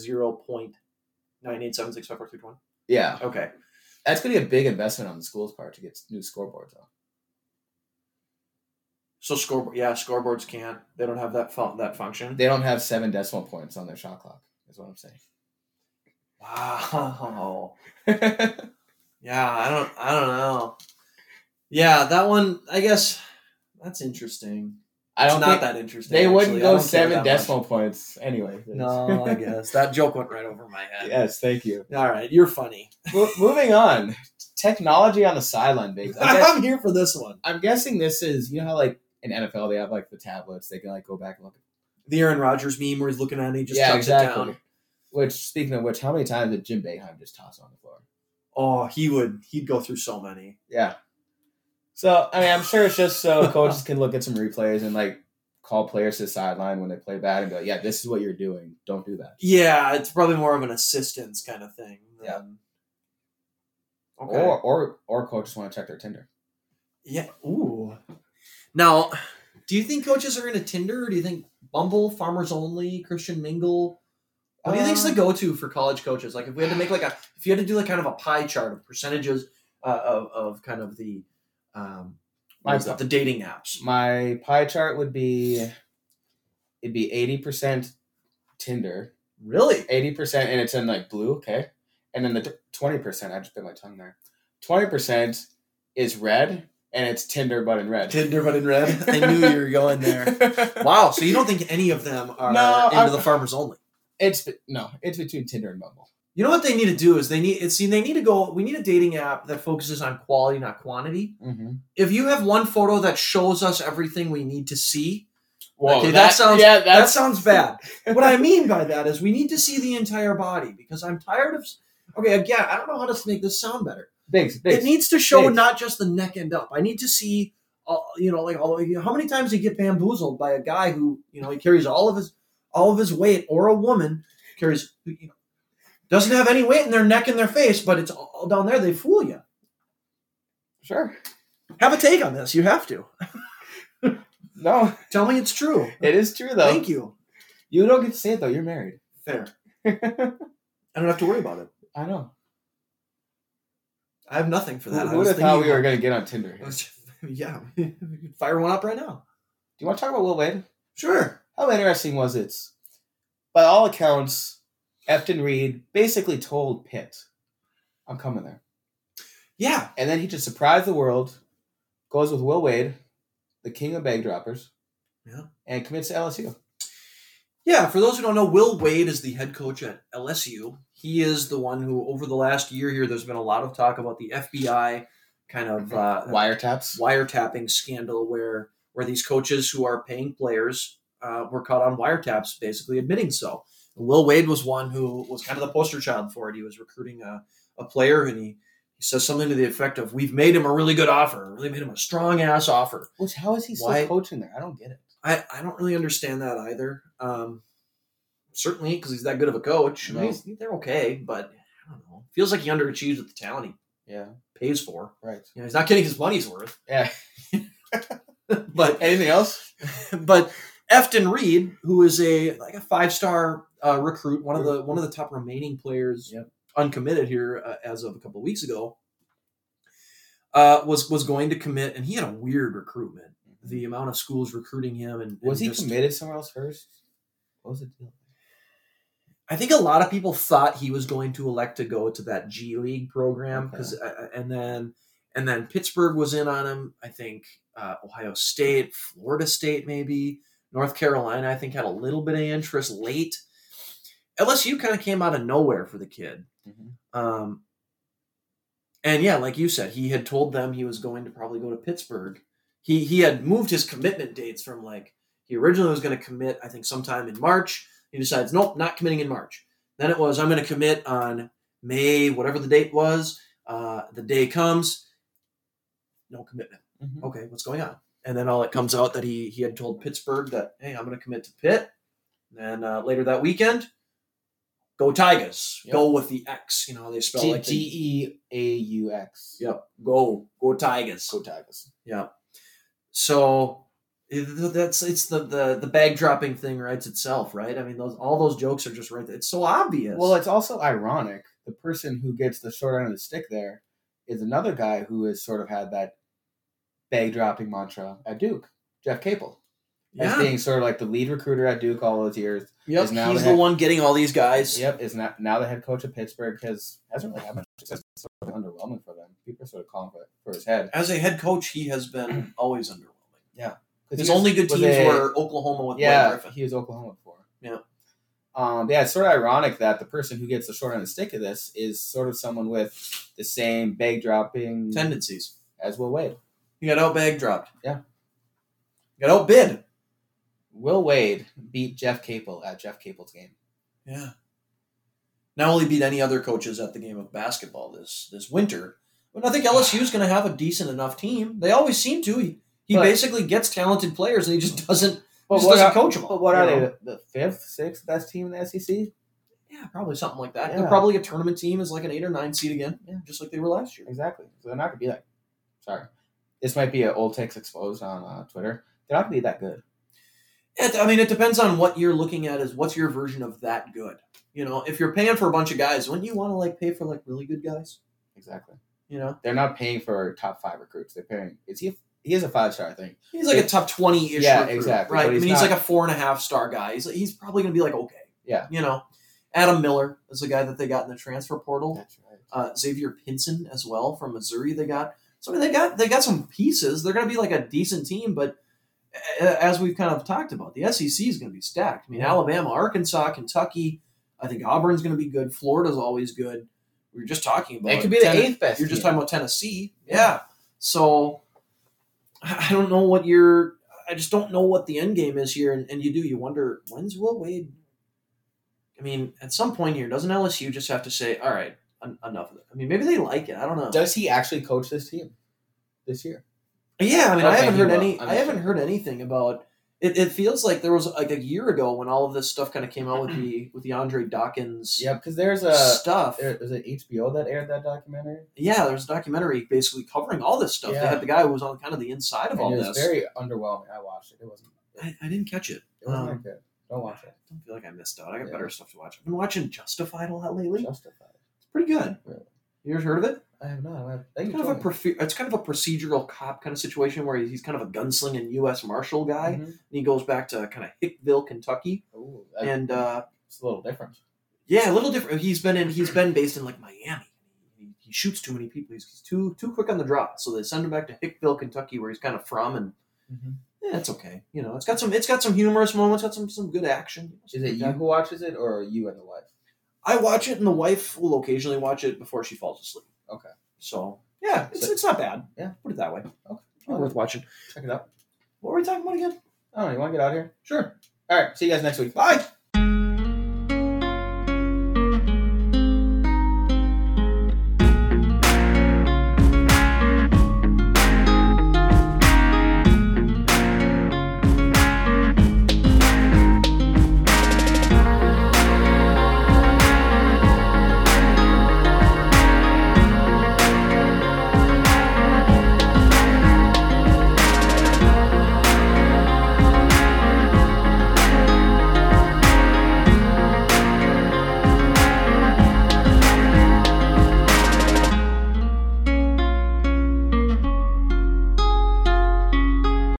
S2: 0.987654321.
S1: Yeah,
S2: Okay.
S1: that's gonna be a big investment on the school's part to get new scoreboards on.
S2: So scoreboard, yeah, scoreboards can't. They don't have that fun, that function.
S1: They don't have seven decimal points on their shot clock. Is what I'm
S2: wow. (laughs)
S1: saying.
S2: Yeah, I don't. I don't know. Yeah, that one. I guess that's interesting.
S1: I don't
S2: it's
S1: think
S2: not that interesting.
S1: they wouldn't
S2: actually. I
S1: go
S2: don't care that
S1: seven
S2: much.
S1: decimal points anyway.
S2: (laughs)
S1: (laughs)
S2: No, I guess that joke went right over my head.
S1: yes, thank you.
S2: All right,
S1: (laughs)
S2: you're funny.
S1: Mo- moving on, technology on the sideline,
S2: (laughs)
S1: big.
S2: I'm here for this one.
S1: I'm guessing this is you know how like in NFL they have like the tablets they can like go back and look. At,
S2: The Aaron Rodgers meme where he's looking at it, and he just chucks it down.
S1: Which speaking of which, how many times did Jim Beheim just toss it on the floor?
S2: Oh, he would. He'd go through so many.
S1: Yeah. So I mean, I'm sure it's just (laughs) so coaches can look at some replays and like call players to the sideline when they play bad and go, yeah, this is what you're doing. Don't do that.
S2: Yeah, it's probably more of an assistance kind of thing. than- Okay.
S1: Or or or coaches want to check their Tinder.
S2: yeah. Ooh. Now, do you think coaches are into Tinder, or do you think Bumble, Farmers Only, Christian Mingle? What do you think's the
S1: Um,
S2: go-to for college coaches? Like, if we had to make like a, if you had to do like kind of a pie chart of percentages uh, of of kind of the, um, what is
S1: My-
S2: that, the dating apps.
S1: My pie chart would be, it'd be eighty percent Tinder,
S2: Really?
S1: eighty percent, and it's in like blue. Okay, and then the twenty percent. I just bit my tongue there. Twenty percent is red, and it's Tinder but in red.
S2: Tinder, but in red. (laughs) I knew you were going there. Wow. So you don't think any of them are
S1: No,
S2: into
S1: I'm-
S2: the Farmers Only?
S1: (laughs) it's be- no, it's between Tinder and Bumble.
S2: You know what they need to do is they need it's see they need to go. We need a dating app that focuses on quality, not quantity.
S1: Mm-hmm.
S2: If you have one photo that shows us everything we need to see,
S1: Whoa,
S2: Okay, that sounds-
S1: yeah,
S2: that
S1: that's
S2: sounds bad.
S1: (laughs)
S2: what I mean by that is we need to see the entire body because I'm tired of. Okay, again, I don't know how to make this sound better.
S1: Biggs,
S2: It
S1: Biggs.
S2: needs to show
S1: Thanks.
S2: not just the neck end up. I need to see, uh, you know, like all, how many times you get bamboozled by a guy who, you know, he carries all of his all of his weight, or a woman carries you know, doesn't have any weight in their neck and their face, but it's all down there. They fool you.
S1: sure.
S2: Have a take on this. You have to
S1: No,
S2: tell me it's true.
S1: it is true though.
S2: Thank you.
S1: You don't get to say it though. You're married.
S2: Fair. I don't have to worry about it.
S1: I know.
S2: I have nothing for
S1: Who
S2: that. I
S1: who would
S2: was
S1: have thought
S2: thinking
S1: we were
S2: about-
S1: going to get on Tinder?
S2: I
S1: here?
S2: was- (laughs) yeah, we could fire one up right now.
S1: Do you want to talk about Will Wade?
S2: Sure.
S1: How interesting was it? By all accounts, Efton Reed basically told Pitt, I'm coming there.
S2: Yeah.
S1: And then he just surprised the world, goes with Will Wade, the king of bag droppers,
S2: Yeah.
S1: and commits to LSU.
S2: Yeah, for those who don't know, Will Wade is the head coach at LSU. He is the one who, over the last year here, there's been a lot of talk about the FBI kind of uh,
S1: Wiretaps.
S2: wiretapping scandal where where these coaches who are paying players uh, were caught on wiretaps, basically admitting so. Will Wade was one who was kind of the poster child for it. He was recruiting a, a player, and he, he says something to the effect of, "We've made him a really good offer, really made him a strong ass offer."
S1: Which, how is he still
S2: Why-
S1: coaching there? I don't get it.
S2: I, I don't really understand that either. Um, certainly because he's that good of a coach. I mean,
S1: No.
S2: he's- they're okay, but I don't know. Feels like he underachieves with the talent
S1: Yeah.
S2: he pays for.
S1: Right.
S2: You know, he's not getting his money's worth.
S1: Yeah.
S2: (laughs) But
S1: Anything else?
S2: but Efton Reed, who is a like a five star uh, recruit, one of the one of the top remaining players
S1: Yep.
S2: uncommitted here uh, as of a couple of weeks ago, uh, was was going to commit, and he had a weird recruitment. The amount of schools recruiting him and and
S1: Was he
S2: just-
S1: committed somewhere else first? What was the deal?
S2: I think a lot of people thought he was going to elect to go to that G League program because, and then and then Pittsburgh was in on him. I think uh, Ohio State, Florida State, maybe North Carolina. I think had a little bit of interest late. Mm-hmm. LSU kind of came out of nowhere for the kid.
S1: Mhm.
S2: Um, And yeah, like you said, he had told them he was going to probably go to Pittsburgh. He he had moved his commitment dates from like he originally was going to commit, I think, sometime in March. He decides, nope, not committing in March. Then it was, I'm going to commit on May, whatever the date was. Uh, the day comes, no commitment.
S1: Mhm.
S2: Okay, what's going on? And then all it comes out that he he had told Pittsburgh that, hey, I'm going to commit to Pitt. Then uh, later that weekend, go Tigers.
S1: Yep.
S2: Go with the X. You know how they spell
S1: G
S2: like the-
S1: G E A U X.
S2: Yep. Go. Go Tigers.
S1: Go Tigers.
S2: So it- that's it's the, the the bag dropping thing writes itself, right? I mean, those all those jokes are just right. There. It's so obvious.
S1: Well, it's also ironic. The person who gets the short end of the stick there is another guy who has sort of had that bag dropping mantra at Duke, Jeff Capel, as
S2: yeah.
S1: being sort of like the lead recruiter at Duke all those years.
S2: Yep.
S1: is now
S2: He's
S1: the
S2: the
S1: head-
S2: one getting all these guys.
S1: Yep, is now now the head coach of Pittsburgh has hasn't really had much success. It's sort of underwhelming for them. People are sort of calling for, for his head.
S2: As a head coach, he has been always underwhelming.
S1: 'Cause
S2: His
S1: he was-
S2: only good
S1: was
S2: teams
S1: a-
S2: were Oklahoma with Blaine
S1: yeah,
S2: Griffin.
S1: he was Oklahoma before.
S2: Yeah.
S1: Um, yeah, it's sort of ironic that the person who gets the short end of the stick of this is sort of someone with the same bag dropping
S2: Tendencies.
S1: as Will Wade.
S2: He got out bag dropped.
S1: Yeah.
S2: Got outbid.
S1: Will Wade beat Jeff Capel at Jeff Capel's game.
S2: Yeah. Not only beat any other coaches at the game of basketball this this winter, but I think LSU is going to have a decent enough team. They always seem to. He, he
S1: But-
S2: basically gets talented players and he just doesn't,
S1: But
S2: just
S1: what,
S2: doesn't
S1: are,
S2: coach them. all,
S1: but what
S2: you
S1: are
S2: know?
S1: they? The, the fifth, sixth best team in the E SEC?
S2: Yeah, probably something like that.
S1: Yeah.
S2: They're probably a tournament team is like an eight or nine seed again,
S1: Yeah.
S2: just like they were last year.
S1: Exactly. So they're not going to be that. Sorry. This might be an old takes exposed on uh, Twitter. They're not going to be that good.
S2: It, I mean, it depends on what you're looking at. Is what's your version of that good? You know, if you're paying for a bunch of guys, wouldn't you want to like pay for like really good guys?
S1: Exactly.
S2: You know,
S1: They're not paying for top five recruits. They're paying. Is he? He is a five star, I think.
S2: he's like a top twenty ish.
S1: Yeah, exactly,
S2: Right.
S1: but
S2: I mean,
S1: he's
S2: he's
S1: not-
S2: like a four and a half star guy. He's he's probably gonna be like okay.
S1: Yeah.
S2: You know, Adam Miller is the guy that they got in the transfer portal.
S1: That's right.
S2: Uh, Xavier Pinson as well from Missouri. They got so I mean, they got they got some pieces. They're gonna be like a decent team, but a- as we've kind of talked about, the SEC is going to be stacked. I mean, Alabama, Arkansas, Kentucky. I think Auburn's going to be good. Florida's always good. We were just talking about
S1: It could be the
S2: Tennes-
S1: eighth best.
S2: you're just
S1: team.
S2: talking about Tennessee. Yeah. So I I don't know what your I just don't know what the end game is here. And, and you do, you wonder when's Will Wade? I mean, at some point here, doesn't LSU just have to say, all right, en- enough of it? I mean, maybe they like it. I don't know.
S1: Does he actually coach this team this year?
S2: Yeah, I mean, I
S1: Okay,
S2: haven't
S1: he
S2: heard
S1: will.
S2: any.
S1: I'm
S2: I haven't
S1: sure.
S2: heard anything about. It, it feels like there was like a year ago when all of this stuff kind of came out
S1: (clears throat)
S2: with the with the Andre Dawkins
S1: Yeah, because there's a
S2: stuff.
S1: there, was it HBO that aired that documentary.
S2: yeah, there's a documentary basically covering all this stuff. They
S1: Yeah.
S2: had the guy who was on kind of the inside of
S1: And
S2: all
S1: it
S2: this.
S1: was very underwhelming. I watched it. It wasn't.
S2: I, I didn't catch it.
S1: It wasn't
S2: Um,
S1: that good. Don't watch it.
S2: I don't feel like I missed out. I got
S1: Yeah.
S2: better stuff to watch. I've been watching Justified a lot lately. It's
S1: Justified.
S2: pretty good.
S1: Really?
S2: You ever heard of it?
S1: I have not. I have,
S2: It's
S1: thank you.
S2: kind of a
S1: told me.
S2: profe- it's kind of a procedural cop kind of situation where he's kind of a gunslinging U.S. Marshal guy, and
S1: Mhm.
S2: he goes back to kind of Hickville, Kentucky,
S1: Ooh, that-
S2: and uh,
S1: it's a little different.
S2: yeah, a little different. He's been in he's been based in like Miami. He, he shoots too many people. He's, he's too too quick on the draw, so they send him back to Hickville, Kentucky, where he's kind of from, and
S1: Mm-hmm.
S2: yeah, it's okay. You know, it's got some it's got some humorous moments, got some some good action.
S1: Is it you who watches it, or you and the wife?
S2: I watch it, and the wife will occasionally watch it before she falls asleep.
S1: Okay.
S2: So yeah, it's,
S1: So-
S2: it's not bad.
S1: Yeah.
S2: Put it that way.
S1: Okay.
S2: It's worth watching.
S1: Check it out.
S2: What were we talking about again?
S1: I don't know. You want to get out of here? Sure. All right. See you guys next week.
S2: Bye.